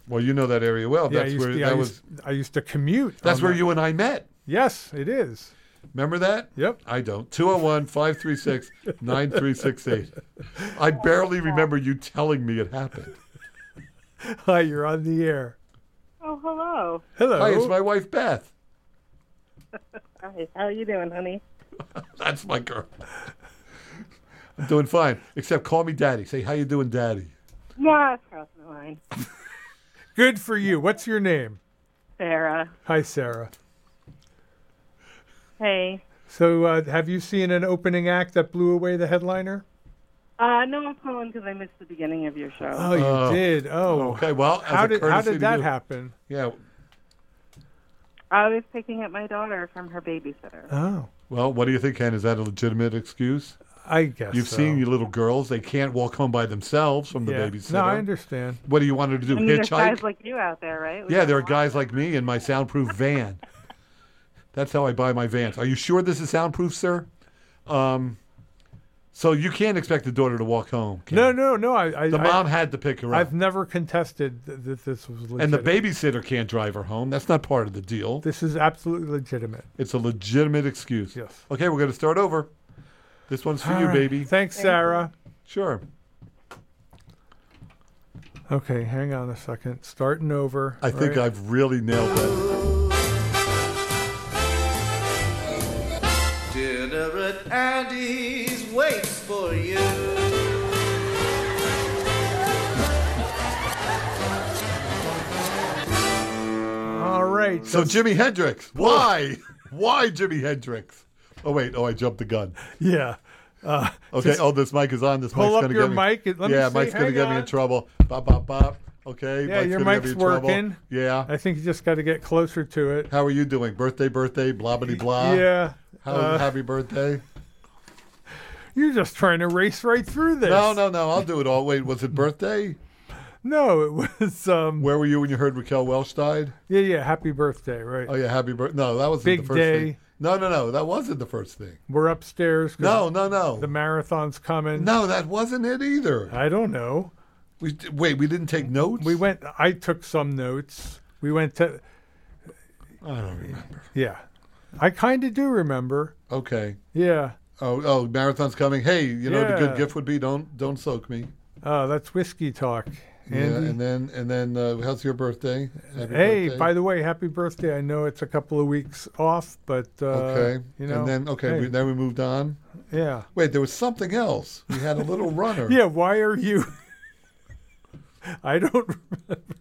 Well, you know that area well. Yeah, I that's used, where to, that I, was. used, I used to commute. That's on where that. you and I met. Yes, it is. Remember that? Yep. I don't. 201 536 9368. I barely remember you telling me it happened. Hi, you're on the air. Oh, hello. Hello. Hi, it's my wife, Beth. Hi, how you doing, honey? That's my girl. I'm doing fine, except call me daddy. Say, how you doing, daddy? Yeah, crossing the line. Good for you. What's your name? Sarah. Hi, Sarah. Hey. So, uh, have you seen an opening act that blew away the headliner? Uh, no, I'm calling because I missed the beginning of your show. Oh, you Oh. did. Oh, Okay, well, as how a did how courtesy did to that you- happen? Yeah, I was picking up my daughter from her babysitter. Oh, well, what do you think, Ken? Is that a legitimate excuse? I guess You've so. seen your little girls; they can't walk home by themselves from the Yeah. babysitter. No, I understand. What do you want her to do? I mean, there's Hitchhike? guys like you out there, right? We yeah, got there a are lot. guys like me in my soundproof van. That's how I buy my vans. Are you sure this is soundproof, sir? Um, so you can't expect the daughter to walk home. Ken. No, no, no. I, I, The I- mom had to pick her up. I've never contested th- that this was legitimate. And the babysitter can't drive her home. That's not part of the deal. This is absolutely legitimate. It's a legitimate excuse. Yes. Okay, we're going to start over. This one's for All you, right. baby. Thanks, Sarah. Sure. Okay, hang on a second. Starting over. I think right? I've really nailed that. Dinner at Andy's waits for you. All right. So Jimi Hendrix. Why? Why Jimi Hendrix? Oh wait. Oh, I jumped the gun. yeah. Uh, Okay. oh, this mic is on. This Pull mic's up going to your get me. mic and let me yeah, see. mic's gonna Hang get me on. in trouble. Bop, bop, bop. Okay. Yeah, gonna get your me mic's in trouble. working. Yeah. I think you just got to get closer to it. How are you doing? Birthday, birthday. Blah, blah, blah. yeah. How, uh, happy birthday. You're just trying to race right through this. No, no, no. I'll do it all. Wait, was it birthday? No, it was. Um, Where were you when you heard Raquel Welch died? yeah, yeah. Happy birthday, right? Oh yeah, happy birthday. No, that wasn't Big the first day. thing. No, no, no, that wasn't the first thing. We're upstairs. 'cause No, no, no, The marathon's coming. no, that wasn't it either. I don't know. We wait, we didn't take notes. We went. I took some notes. We went to. I don't remember. Yeah, I kind of do remember. Okay. Yeah. Oh, oh, marathon's coming. Hey, you know what a Yeah. good gift would be don't don't soak me. Uh, that's whiskey talk. Andy. Yeah, and then and then uh, how's your birthday? Happy hey, birthday. by the way, happy birthday! I know it's a couple of weeks off, but uh, okay, you know, and then okay, hey, we, then we moved on. yeah, Wait, there was something else. We had a little runner. yeah. Why are you? I don't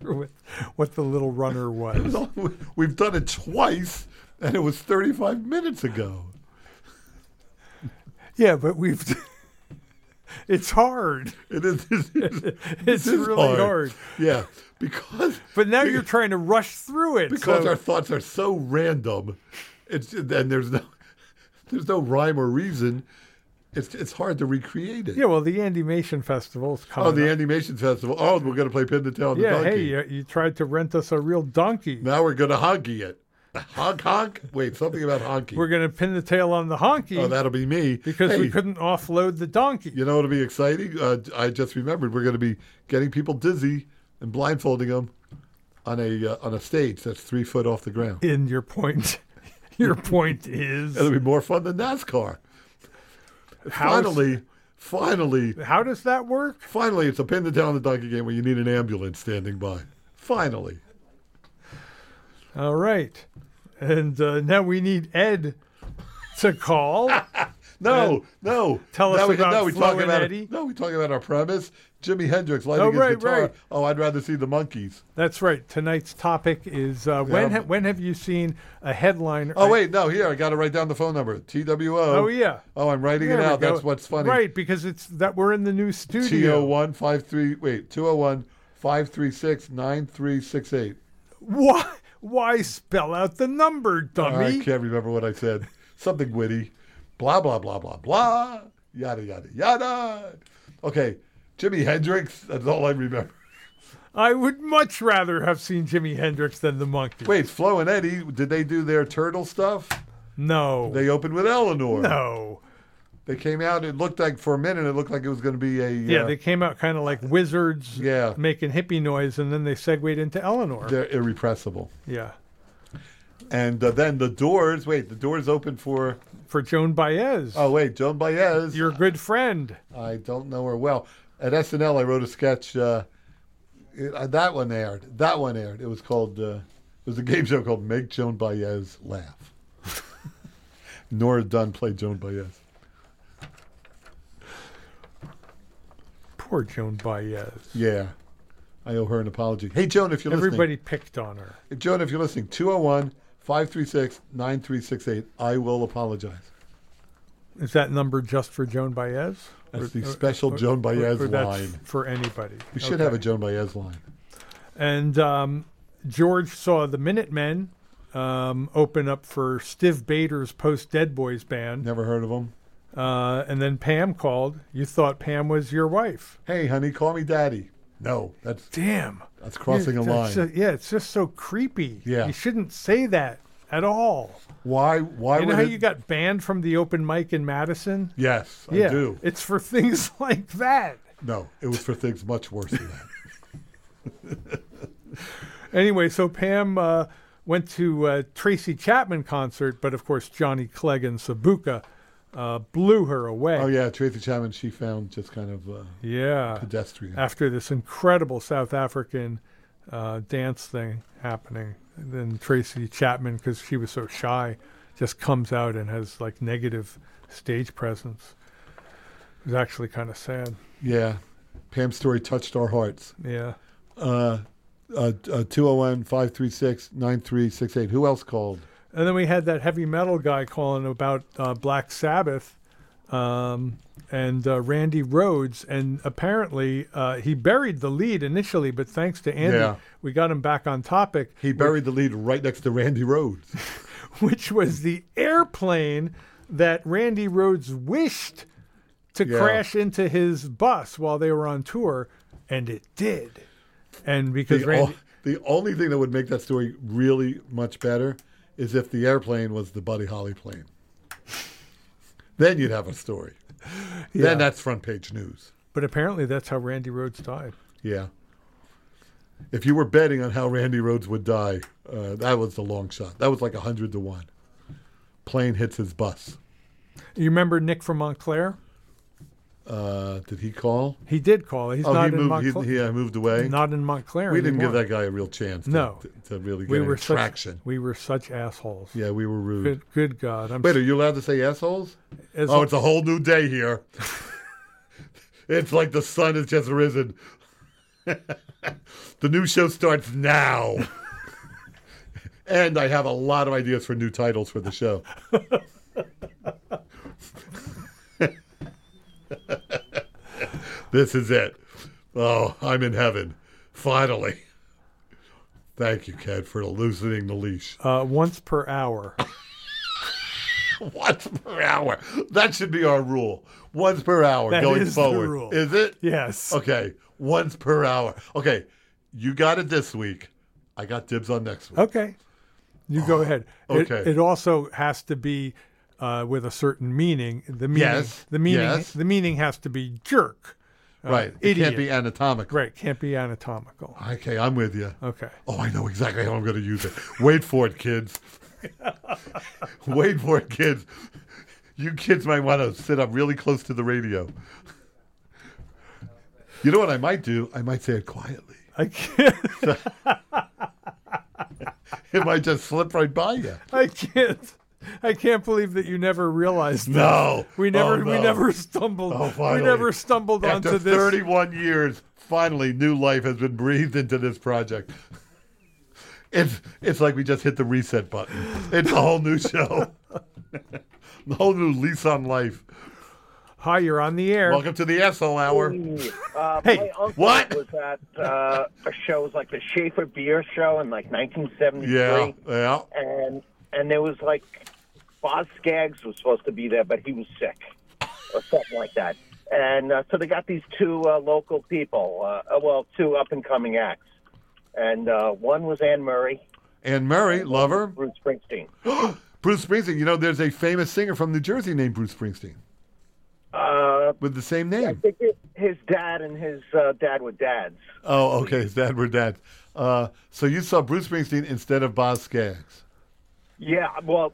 remember what, what the little runner was. We've done it twice, and it was 35 minutes ago. Yeah, but we've. it's hard. It is. It's really hard. Yeah, because But now you're trying to rush through it. because so- our thoughts are so random. It's and there's no there's no rhyme or reason. It's it's hard to recreate it. yeah, well, the Animation Festival is coming. Oh, the up. Animation Festival. Oh, we're going to play pin the tail on the yeah. donkey. Hey, you, you tried to rent us a real donkey. Now we're going to hoggy it. Hog hog. Wait, something about honky. We're gonna pin the tail on the honky oh, that'll be me. because we Hey, couldn't offload the donkey. You know what'll be exciting? Uh, I just remembered we're going to be getting people dizzy and blindfolding them on a uh, on a stage that's three foot off the ground. In your point, your point is It'll be more fun than NASCAR. how Finally, finally, how does that work? finally, it's a pin the tail on the donkey game where you need an ambulance standing by. Finally, All right, and uh, now we need Ed to call. no, no. tell us now we, about now we Flo talk and about Eddie. no, we talking about our premise. Jimi Hendrix lighting Oh, his right, guitar. right. Oh, I'd rather see the monkeys. That's right. Tonight's topic is uh, when Yeah. ha- when have you seen a headline? Oh wait, no. Here, I got to write down the phone number. T W O. Oh, yeah. Oh, I'm writing There it we out. go. That's what's funny. right? Because it's that we're in the new studio. one five three wait, 201 536 9368. Why why spell out the number, I dummy? can't remember what I said. Something witty. Blah, blah, blah, blah, blah. Yada, yada, yada. Okay, Jimi Hendrix. That's all I remember. I would much rather have seen Jimi Hendrix than the monkey. Wait, Flo and Eddie, did they do their turtle stuff? no, They opened with Eleanor. no. They came out, it looked like, for a minute, it looked like it was going to be a. Yeah, uh, they came out kind of like wizards Yeah. making hippie noise, and then they segued into Eleanor. they're irrepressible. yeah. And uh, then the doors, wait, the doors open for. For Joan Baez, Oh, wait, Joan Baez. your good friend. I don't know her well. At SNL, I wrote a sketch. Uh, it, uh, that one aired. That one aired. It was called. Uh, it was a game show called "Make Joan Baez Laugh." Nora Dunn played Joan Baez. Poor Joan Baez. Yeah, I owe her an apology. Hey, Joan, if you're Everybody picked on her. listening, Joan, if you're listening, 201-536-9368, I will apologize. Is that number just for Joan Baez? That's the special Joan Baez or that's line. for anybody. We should have a Joan Baez line. And um, George saw the Minutemen um, open up for Stiv Bader's post Dead Boys band. Never heard of them. Uh, and then Pam called. You thought Pam was your wife. Hey, honey, call me daddy. No, that's Damn. that's crossing a It's- line. it's ju- yeah, it's just so creepy. Yeah. You shouldn't say that at all. Why? Why You would know how it- you got banned from the open mic in Madison? Yes, I yeah. do. It's for things like that. No, it was for things much worse than that. Anyway, so Pam uh, went to a Tracy Chapman concert, but of course Johnny Clegg and Sabuka uh, blew her away. oh yeah, Tracy Chapman. She found just kind of uh, yeah. pedestrian. After this incredible South African uh, dance thing happening, and then Tracy Chapman, because she was so shy, just comes out and has like negative stage presence. It was actually kind of sad. yeah, Pam's story touched our hearts. Yeah. Uh, uh, 201-536-9368. Who else called? And then we had that heavy metal guy calling about uh, Black Sabbath um, and uh, Randy Rhodes. And apparently uh, he buried the lead initially, but thanks to Andy, Yeah. we got him back on topic, He buried the lead right next to Randy Rhodes. which was the airplane that Randy Rhodes wished to Yeah. crash into his bus while they were on tour. And it did. And because The, Randy. o- the only thing that would make that story really much better is if the airplane was the Buddy Holly plane. then you'd have a story. Then that's front page news. But apparently that's how Randy Rhodes died. Yeah. If you were betting on how Randy Rhodes would die, uh, that was the long shot. That was like 100 to 1. Plane hits his bus. You remember Nick from Montclair? Uh, did he call? He did call. He's oh, not he in moved. Montclair. He, he, uh, moved away. Not in Montclair. we didn't give anymore. that guy a real chance. To, No. to, to really get We any were such- traction. we were such assholes. yeah, we were rude. Good, good God! I'm Wait, are you allowed to say assholes? As- oh, it's a whole new day here. it's like the sun has just risen. the new show starts now. and I have a lot of ideas for new titles for the show. this is it. Oh, I'm in heaven. Finally. Thank you, Ken, for loosening the leash. uh, once per hour. Once per hour. That should be our rule. Once per hour That going is the forward. rule. Is it? Yes. Okay. Once per hour. Okay. You got it this week. I got dibs on next week. Okay. You go ahead. It, Oh, okay. it also has to be uh, with a certain meaning. The meaning. Yes, The meaning. yes. The meaning has to be jerk. uh, right. It idiot. can't be anatomical. Right. Can't be anatomical. Okay, I'm with you. Okay. Oh, I know exactly how I'm going to use it. Wait for it, kids. Wait for it, kids. You kids might want to sit up really close to the radio. You know what I might do? I might say it quietly. I can't. It might just slip right by you. I can't. I can't believe that you never realized. that. No, We never. Oh, We no. never stumbled. Oh, we finally. never stumbled After onto this. 31 years, finally, new life has been breathed into this project. It's it's like we just hit the reset button. It's a whole new show, a whole new lease on life. Hi, you're on the air. Welcome to the asshole hour. Uh, Hey, my uncle what? was at uh, a show, it was like the Schaefer Beer Show in like 1973, Yeah, yeah. and and there was like Boz Skaggs was supposed to be there, but he was sick or something like that. And uh, so they got these two uh, local people, uh, uh, well, two up and coming acts, and uh, one was Anne Murray, And Murray, lover, Bruce Springsteen. Bruce Springsteen. You know, there's a famous singer from New Jersey named Bruce Springsteen Uh, with the same I name. think it, his dad and his uh, dad were dads. Oh, okay. His dad were dads. Uh, so you saw Bruce Springsteen instead of Boz Skaggs. Yeah, well,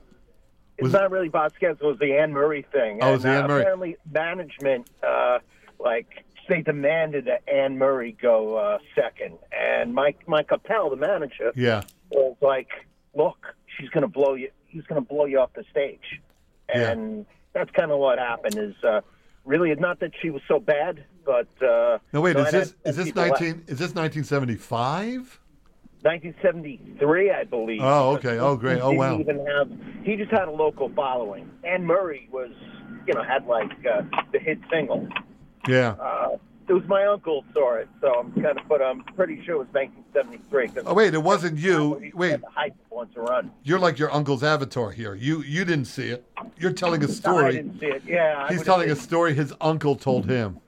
it's Was- not really Bob Skaggs. It was the Anne Murray thing. Oh, it was And, the uh, Anne Murray. Apparently, management, uh, like, they demanded that Anne Murray go uh, second. And Mike, Mike Capel, the manager, Yeah. was like, look, she's going to blow you. He's going to blow you off the stage. Yeah. And that's kind of what happened is uh, really not that she was so bad, but. Uh, No, wait. nine Is out this of is this people left. nineteen? Is this nineteen seventy five? 1973, I believe. Oh, okay. Oh, great. He Oh, didn't wow. Even have, he just had a local following. Anne Murray was, you know, had like uh, the hit single. Yeah. Uh, it was my uncle saw it, so I'm kind of, but I'm pretty sure it was 1973. Cause Oh, wait. It wasn't you. Wait. The hype wants to run. You're like your uncle's avatar here. You you didn't see it. You're telling a I story. didn't see it. Yeah, I He's would've telling a been- story his uncle told him.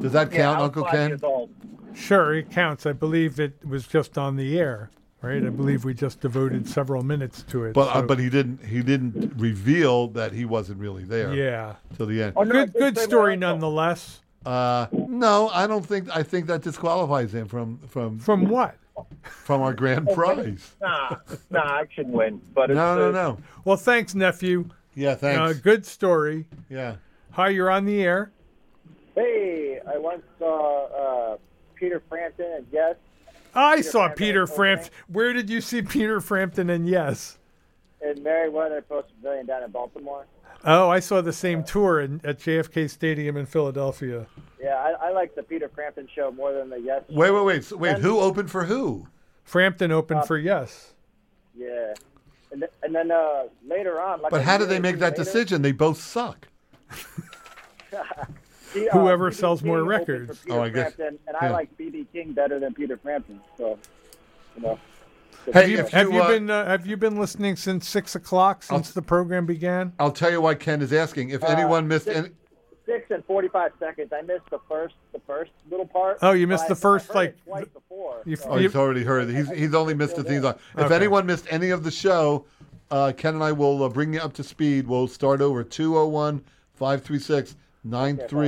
Does that yeah, I count, was Uncle five Ken? Years old. Sure, it counts. I believe it was just on the air, right? I believe we just devoted several minutes to it. But uh, so- but he didn't he didn't reveal that he wasn't really there. yeah, Till the end. Oh, no, good I did good say my story uncle. nonetheless. Uh, no, I don't think I think that disqualifies him from from From what? from our grand prize. Oh, Nah, nah, I should win. But No, it's, no, uh, no. Well, thanks, nephew. Yeah, Uh, thanks. good story. Yeah. Hi, you're on the air. Hey, I once saw uh, Peter Frampton and yes, I saw Peter Frampton. Frampton. Where did you see Peter Frampton? And yes, and Mary one at Post Pavilion down in Baltimore. oh, I saw the same tour in, at JFK Stadium in Philadelphia. Yeah, I, I like the Peter Frampton show more than the yes. Wait, wait, wait. So- Wait, who opened for who? Frampton opened for yes. Yeah, and th- and then uh, later on, like But a how did year they or make two that later, decision? They both suck. he, uh, Whoever BB sells more King opened for records. Peter Oh, I guess- Frampton, and I yeah. like BB King better than Peter Frampton. So, you know. Hey, if Have you uh, been uh, Have you been listening since six o'clock since the program began? I'll tell you why Ken is asking. If anyone missed six- any, six and forty-five seconds. I missed the first, the first little part. Oh, you missed but the I- first, I heard it like, twice th- before. you- so- oh, he's already heard. it. He's he's only missed the things. If anyone missed any of the show, uh, Ken and I will uh, bring you up to speed. We'll start over 201 536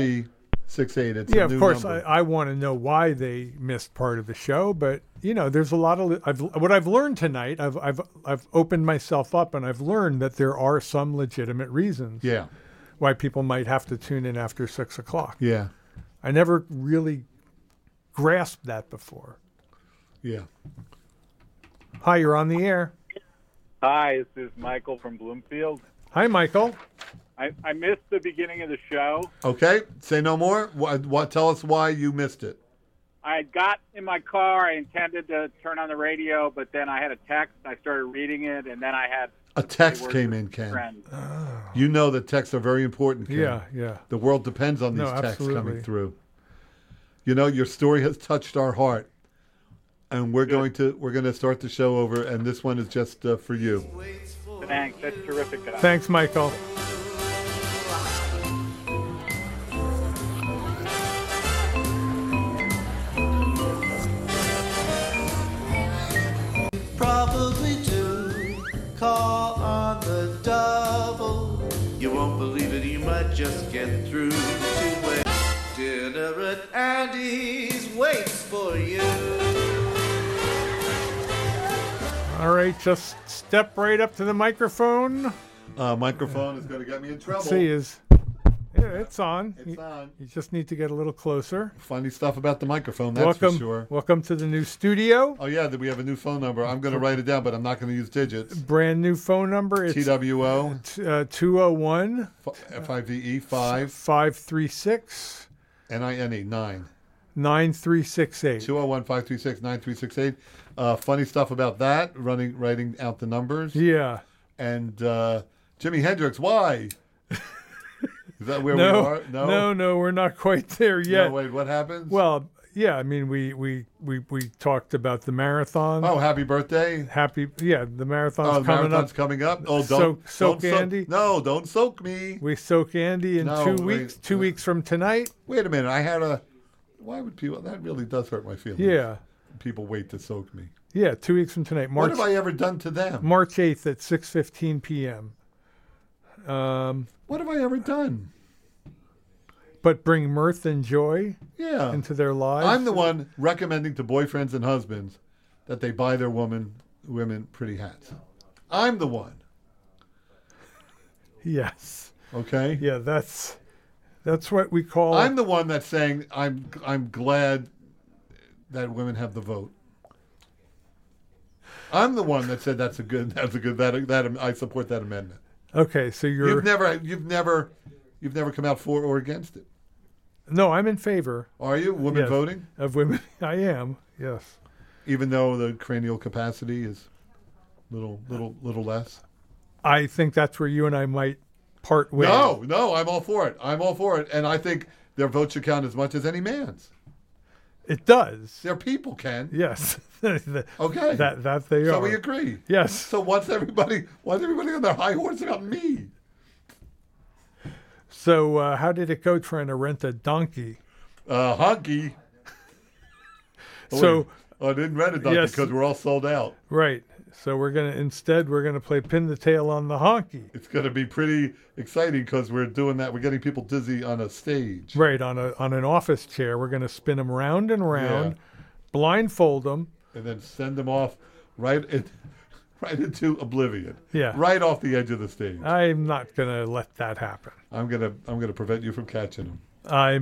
9368. It's a Yeah, of new course. I, number. I want to know why they missed part of the show, but you know, there's a lot of li- I've, what I've learned tonight. I've I've I've opened myself up, and I've learned that there are some legitimate reasons yeah. why people might have to tune in after six o'clock. Yeah. I never really grasped that before. Yeah. Hi, you're on the air. Hi, this is Michael from Bloomfield. Hi, Michael. I, I missed the beginning of the show. Okay. Say no more. What, what? Tell us why you missed it. I got in my car. I intended to turn on the radio, but then I had a text. I started reading it, and then I had A text came in, Ken. friends. You know that texts are very important. Ken. Oh. Yeah, yeah. The world depends on these No, texts absolutely. coming through. You know, your story has touched our heart, and we're going to we're going to start the show over. And this one is just uh, for you. Thanks. That's terrific. Thanks, Michael. Probably do call on the double. You won't believe it, you might just get through to where dinner at Andy's waits for you. All right, just step right up to the microphone. Uh, microphone is going to get me in trouble. Let's see, is yeah, it's on. It's on. You just need to get a little closer. Funny stuff about the microphone. That's for welcome, sure. welcome to the new studio. Oh yeah, we have a new phone number. I'm going to write it down, but I'm not going to use digits. Brand new phone number. It's uh, TWO two zero one FIVE E, five five three six NINE E, nine. nine three six eight. 201 536 9368. Uh, funny stuff about that, running, writing out the numbers. Yeah. And uh, Jimi Hendrix, why? Is that where no, we are? No, no, we're not quite there No, yet. wait, what happens? Well, yeah, I mean, we we we we talked about the marathon. Oh, happy birthday. happy, yeah, the marathon's oh, the coming marathon's up. coming up. Oh, don't Soak- soak don't soak- Andy. No, don't soak me. We soak Andy in No, two wait. weeks. Two weeks from tonight. Wait a minute. I had a. Why would people. That really does hurt my feelings. Yeah. People wait to soak me. Yeah, two weeks from tonight. What March have I ever done to them? March eighth at six fifteen p.m. Um, What have I ever done? but bring mirth and joy Yeah. into their lives. I'm the one recommending to boyfriends and husbands that they buy their woman women pretty hats. I'm the one. Yes. Okay. Yeah, that's that's what we call. I'm the one that's saying I'm I'm glad that women have the vote. I'm the one that said that's a good that's a good that that I support that amendment. okay, so you're You've never you've never you've never come out for or against it. no. I'm in favor Are you women Yes. voting of women. I am. Yes. even though the cranial capacity is little little little less? I think that's where you and I might part ways. No, no, I'm all for it. I'm all for it. And I think their vote should count as much as any man's. It does. Their people can. Yes. Okay. That that they so are. we agree. Yes. So what's everybody why's everybody on their high horse about me? So uh, how did it go trying to rent a donkey? Uh honky. So Oh, I didn't read it donkey Yes. because we're all sold out. right. So we're gonna instead we're gonna play pin the tail on the honky. It's going to be pretty exciting because we're doing that. We're getting people dizzy on a stage. Right on a on an office chair. We're gonna spin them round and round, blindfold them. and then send them off right in, right into oblivion. Yeah. Right off the edge of the stage. I'm not gonna let that happen. I'm gonna I'm gonna prevent you from catching them. I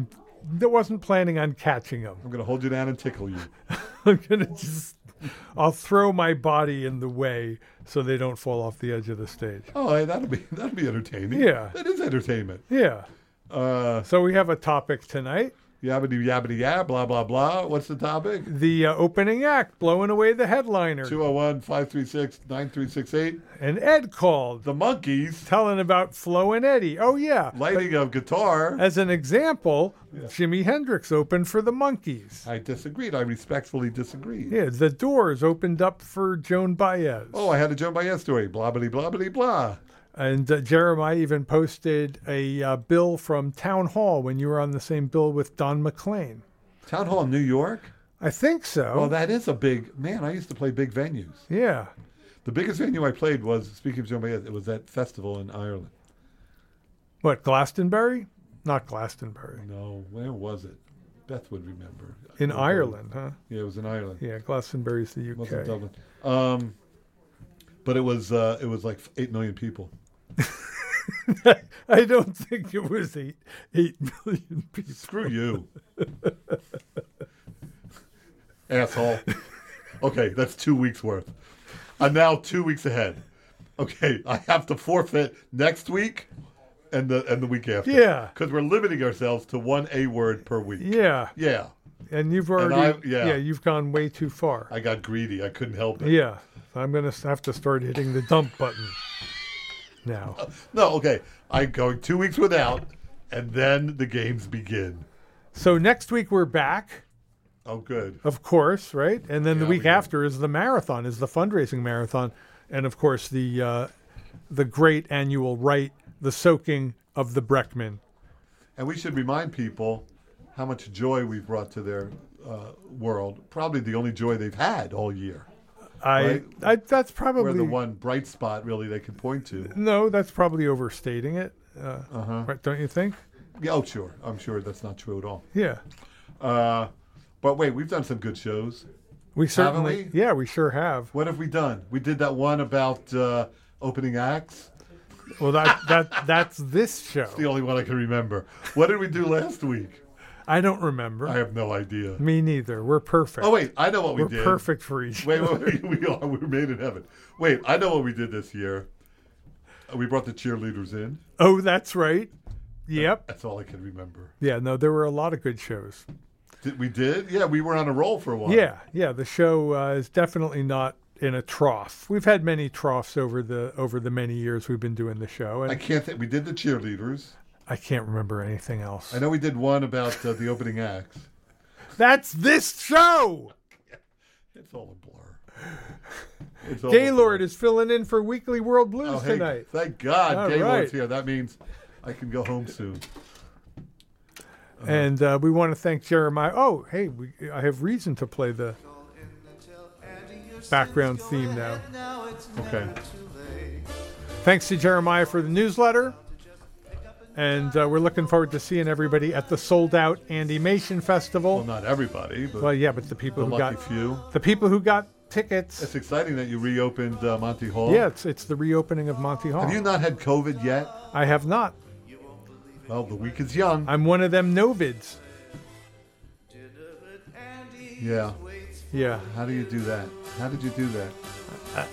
wasn't planning on catching them. I'm gonna hold you down and tickle you. I'm gonna just I'll throw my body in the way so they don't fall off the edge of the stage. Oh, hey, that'll be that'll be entertaining. Yeah. that is entertainment. Yeah. Uh, So we have a topic tonight. yabbity yabbity yab, blah blah blah. What's the topic? oh The uh, opening act, blowing away the headliner, 201-536-9368. and Ed called, The monkeys telling about Flo and Eddie. Oh yeah. lighting a guitar. As an example, Jimi Hendrix opened for the Monkees. I disagreed. I respectfully disagreed. Yeah, the Doors opened up for Joan Baez. Oh, I had a Joan Baez story. Blah blah blah blah blah. And uh, Jeremiah even posted a uh, bill from Town Hall when you were on the same bill with Don McLean. Town Hall, in New York. I think so. Well, that is a big man. I used to play big venues. yeah. The biggest venue I played was speaking of Joan Baez. It was that festival in Ireland. What, Glastonbury? Not Glastonbury. No, where was it? Beth would remember. In It was- Ireland, huh? Yeah, it was in Ireland. Yeah, Glastonbury's the It wasn't UK. Dublin. Um, but it was uh, it was like eight million people. I don't think it was eight eight million people. Screw you. Asshole. Okay, that's two weeks worth. I'm now two weeks ahead. Okay, I have to forfeit next week and the and the week after. Yeah. Because we're limiting ourselves to one A word per week. Yeah. Yeah. And you've And already I- yeah. you've gone way too far. I got greedy. I couldn't help it. Yeah. I'm going to have to start hitting the dump button. Now. No, okay. I'm going two weeks without, and then the games begin. So next week we're back, Oh, good. of course, right? And then the week after is the marathon, is the fundraising marathon, and of course the uh, the great annual rite, the soaking of the Breckman. And we should remind people how much joy we've brought to their uh, world. Probably the only joy they've had all year. I, Right? I that's We're probably the one bright spot, really, they can point to. no, that's probably overstating it. Uh, Uh-huh. right, don't you think? Yeah, oh, sure. I'm sure that's not true at all. Yeah, Uh, but wait, we've done some good shows. we Haven't certainly. we? Yeah, we sure have. What have we done? We did that one about uh, opening acts. Well, that that that's this show. The only one I can remember. What did we do last week? I don't remember. I have no idea. Me neither. We're perfect. Oh wait, I know what we We're did. perfect for each. Wait, wait, wait, we are. We're made in heaven. Wait, I know what we did this year. Uh, We brought the cheerleaders in. Oh, that's right. Yep. That's all I can remember. Yeah, no, there were a lot of good shows. Did we did? Yeah, we were on a roll for a while. Yeah, yeah, the show uh, is definitely not in a trough. We've had many troughs over the over the many years we've been doing the show, and I can't think. We did the cheerleaders. I can't remember anything else. I know we did one about uh, the opening acts. That's this show. It's all a blur. It's all a Gaylord is filling in for Weekly World Blues Oh, hey, tonight. Thank God All Gaylord's right. here. That means I can go home soon. Uh-huh. And uh, we want to thank Jeremiah. Oh, hey, we, I have reason to play the background theme now. Okay. Thanks to Jeremiah for the newsletter. And uh, we're looking forward to seeing everybody at the sold out Animation Festival. Well, not everybody, but Well, yeah, but the people the who lucky got few. the people who got tickets. It's exciting that you reopened uh, Monty Hall. Yeah, it's it's the reopening of Monty Hall. Have you not had COVID yet? I have not. Well, the week is young. I'm one of them novids. Yeah. Yeah, How do you do that? How did you do that?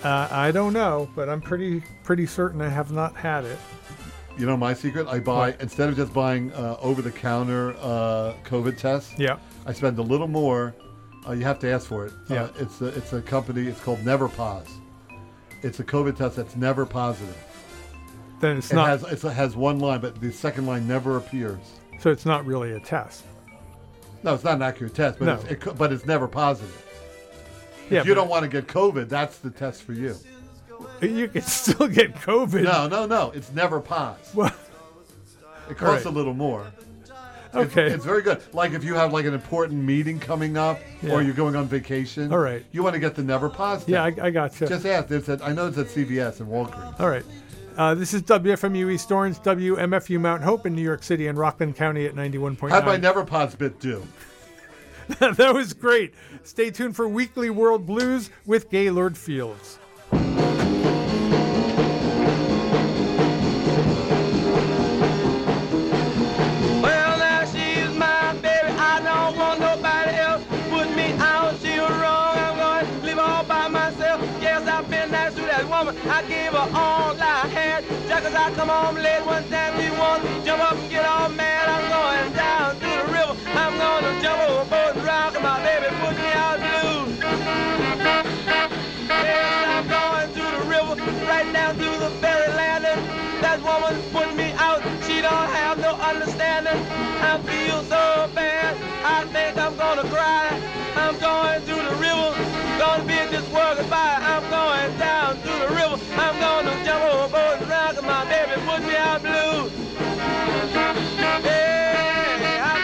uh, I don't know, but I'm pretty pretty certain I have not had it. You know my secret? I buy instead of just buying uh, over-the-counter uh, COVID tests. Yeah. I spend a little more. Uh, you have to ask for it. Yeah. Uh, it's a, it's a company. It's called Never Pause. It's a COVID test that's never positive. Then it's it not has it's, it has one line, but the second line never appears. so it's not really a test. No, it's not an accurate test, but No. it's, it, co- but it's never positive. Yeah, if you but- don't want to get COVID, that's the test for you. You can still get COVID. No, no, no. It's never pause. Well, It costs right. a little more. okay. It's very good. Like if you have like an important meeting coming up, Yeah. or you're going on vacation. All right. You want to get the never pause. yeah, I, test. I got you. just ask. It's at, I know it's at CVS and Walgreens. All right. Uh, this is WFMU East Orange, WMFU Mount Hope in New York City and Rockland County at 91.9. How'd my never pause bit do? that was great. Stay tuned for Weekly World Blues with Gaylord Fields. Well, now she's my baby. I don't want nobody else to put me out. She was wrong. I'm going to live all by myself. Yes, I've been nice to that woman. I gave her all I had. Just 'cause I come home late one time, she wants me to jump up and get all mad. I'm going down to the river. I'm going to jump overboard and drown 'cause my baby put me out blue. Yes, I'm going to the river, right down to the ferry landing. That woman put me out. She don't have no understanding. I feel so bad. I think I'm gonna cry. I'm going to the river. Gonna be in this world goodbye. I'm going down to the river. I'm gonna jump overboard and drown 'cause my baby put me out blue. Hey, I'm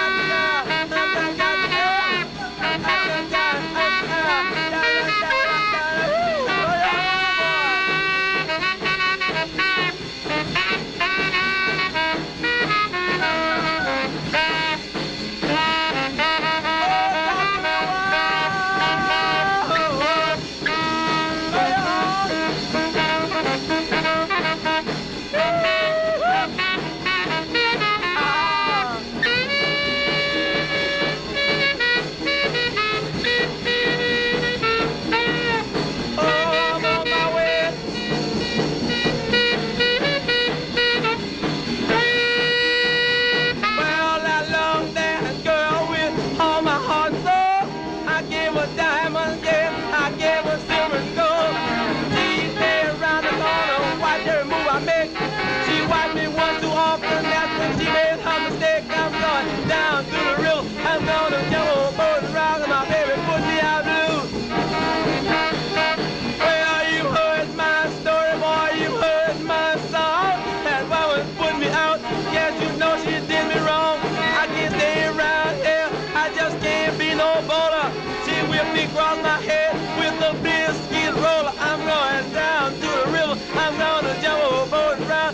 I'm Oh,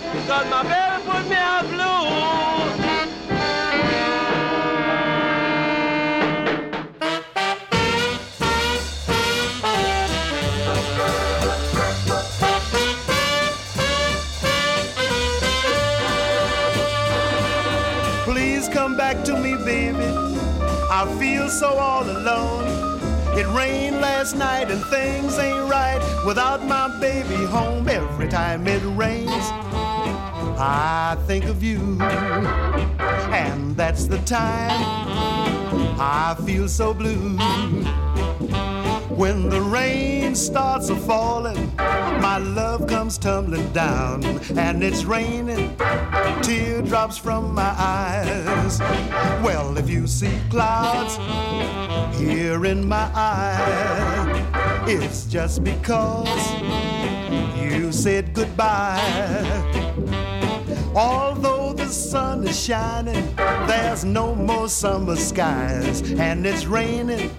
put me out blue. Please come back to me, baby. I feel so all alone. It rained last night and things ain't right without my baby home. Every time it rains, I think of you. And that's the time I feel so blue. When the rain starts a falling, my love comes tumbling down, and it's raining teardrops from my eyes. Well, if you see clouds here in my eye, it's just because you said goodbye. Although the sun is shining, there's no more summer skies, and it's raining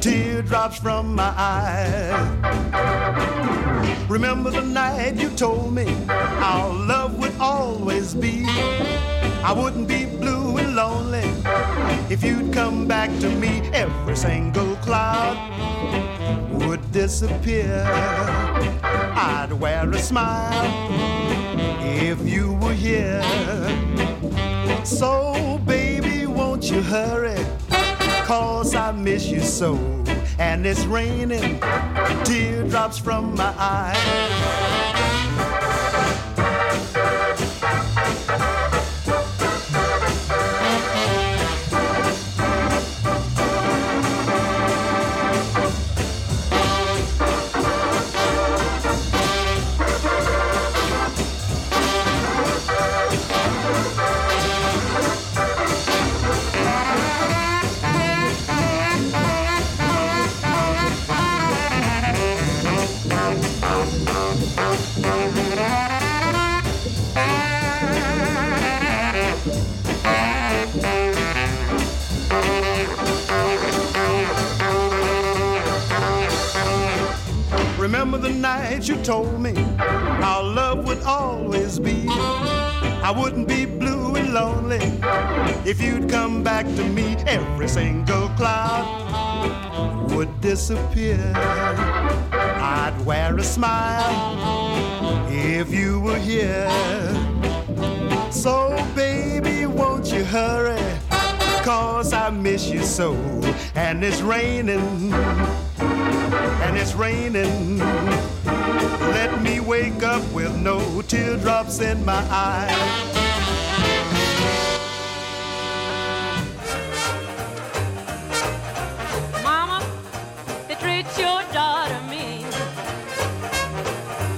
teardrops from my eye. Remember the night you told me our love would always be. I wouldn't be blue and lonely if you'd come back to me. Every single cloud would disappear. I'd wear a smile if you were here. So, baby, won't you hurry? Cause I miss you so. And it's raining teardrops from my eyes. Remember the night you told me our love would always be. I wouldn't be blue and lonely if you'd come back to me. Every single cloud would disappear. I'd wear a smile if you were here. So, baby, won't you hurry? Cause I miss you so, and it's raining and it's raining. Let me wake up with no teardrops in my eyes. Mama, they treat your daughter mean.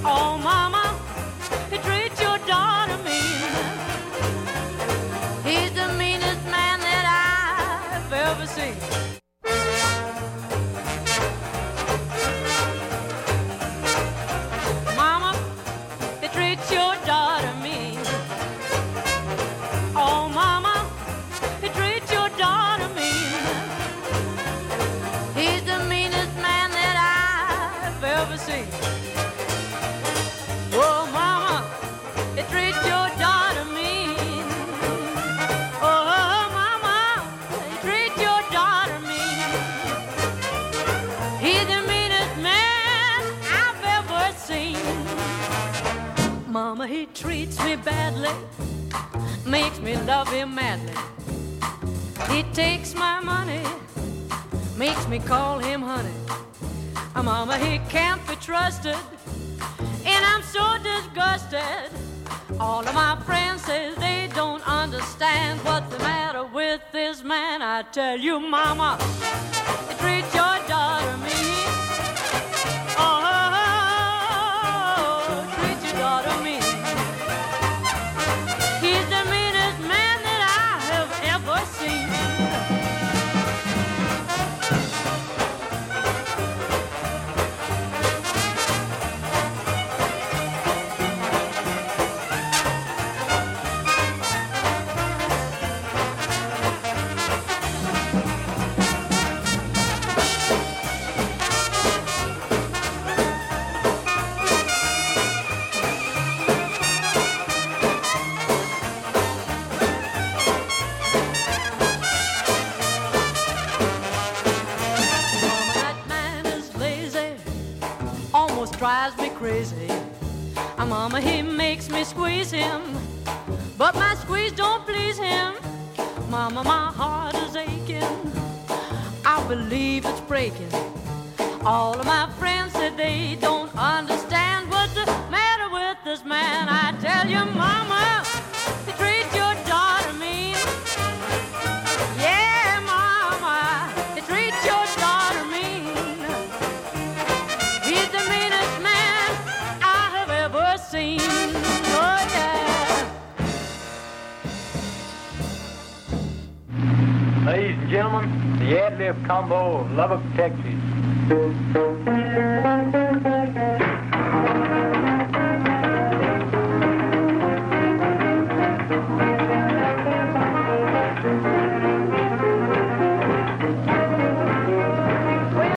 Oh, Mama, they treat your daughter mean. He's the meanest man that I've ever seen. Mama, they treat your daughter mean. Oh, Mama, they treat your daughter mean. He's the meanest man that I've ever seen. Oh, Mama, they treat your daughter mean. Oh, Mama, they treat your daughter mean. He's the meanest man I've ever seen. Mama, he treats me badly, makes me love him madly. He takes my money, makes me call him honey. Uh, Mama, he can't be trusted, and I'm so disgusted. All of my friends say they don't understand what's the matter with this man. I tell you, Mama, they treat your daughter mean. Oh, treat your daughter mean. He's the meanest man that I have ever seen. crazy. My mama, he makes me squeeze him, but my squeeze don't please him. Mama, my heart is aching. I believe it's breaking. All of my friends said they don't understand what's the matter with this man. I tell you, mama, he treats your daughter mean. Yeah, mama, he treats your daughter mean. He's the meanest man I have ever seen. Oh, yeah. Ladies and gentlemen, the Ad Lib combo of Lubbock, Texas.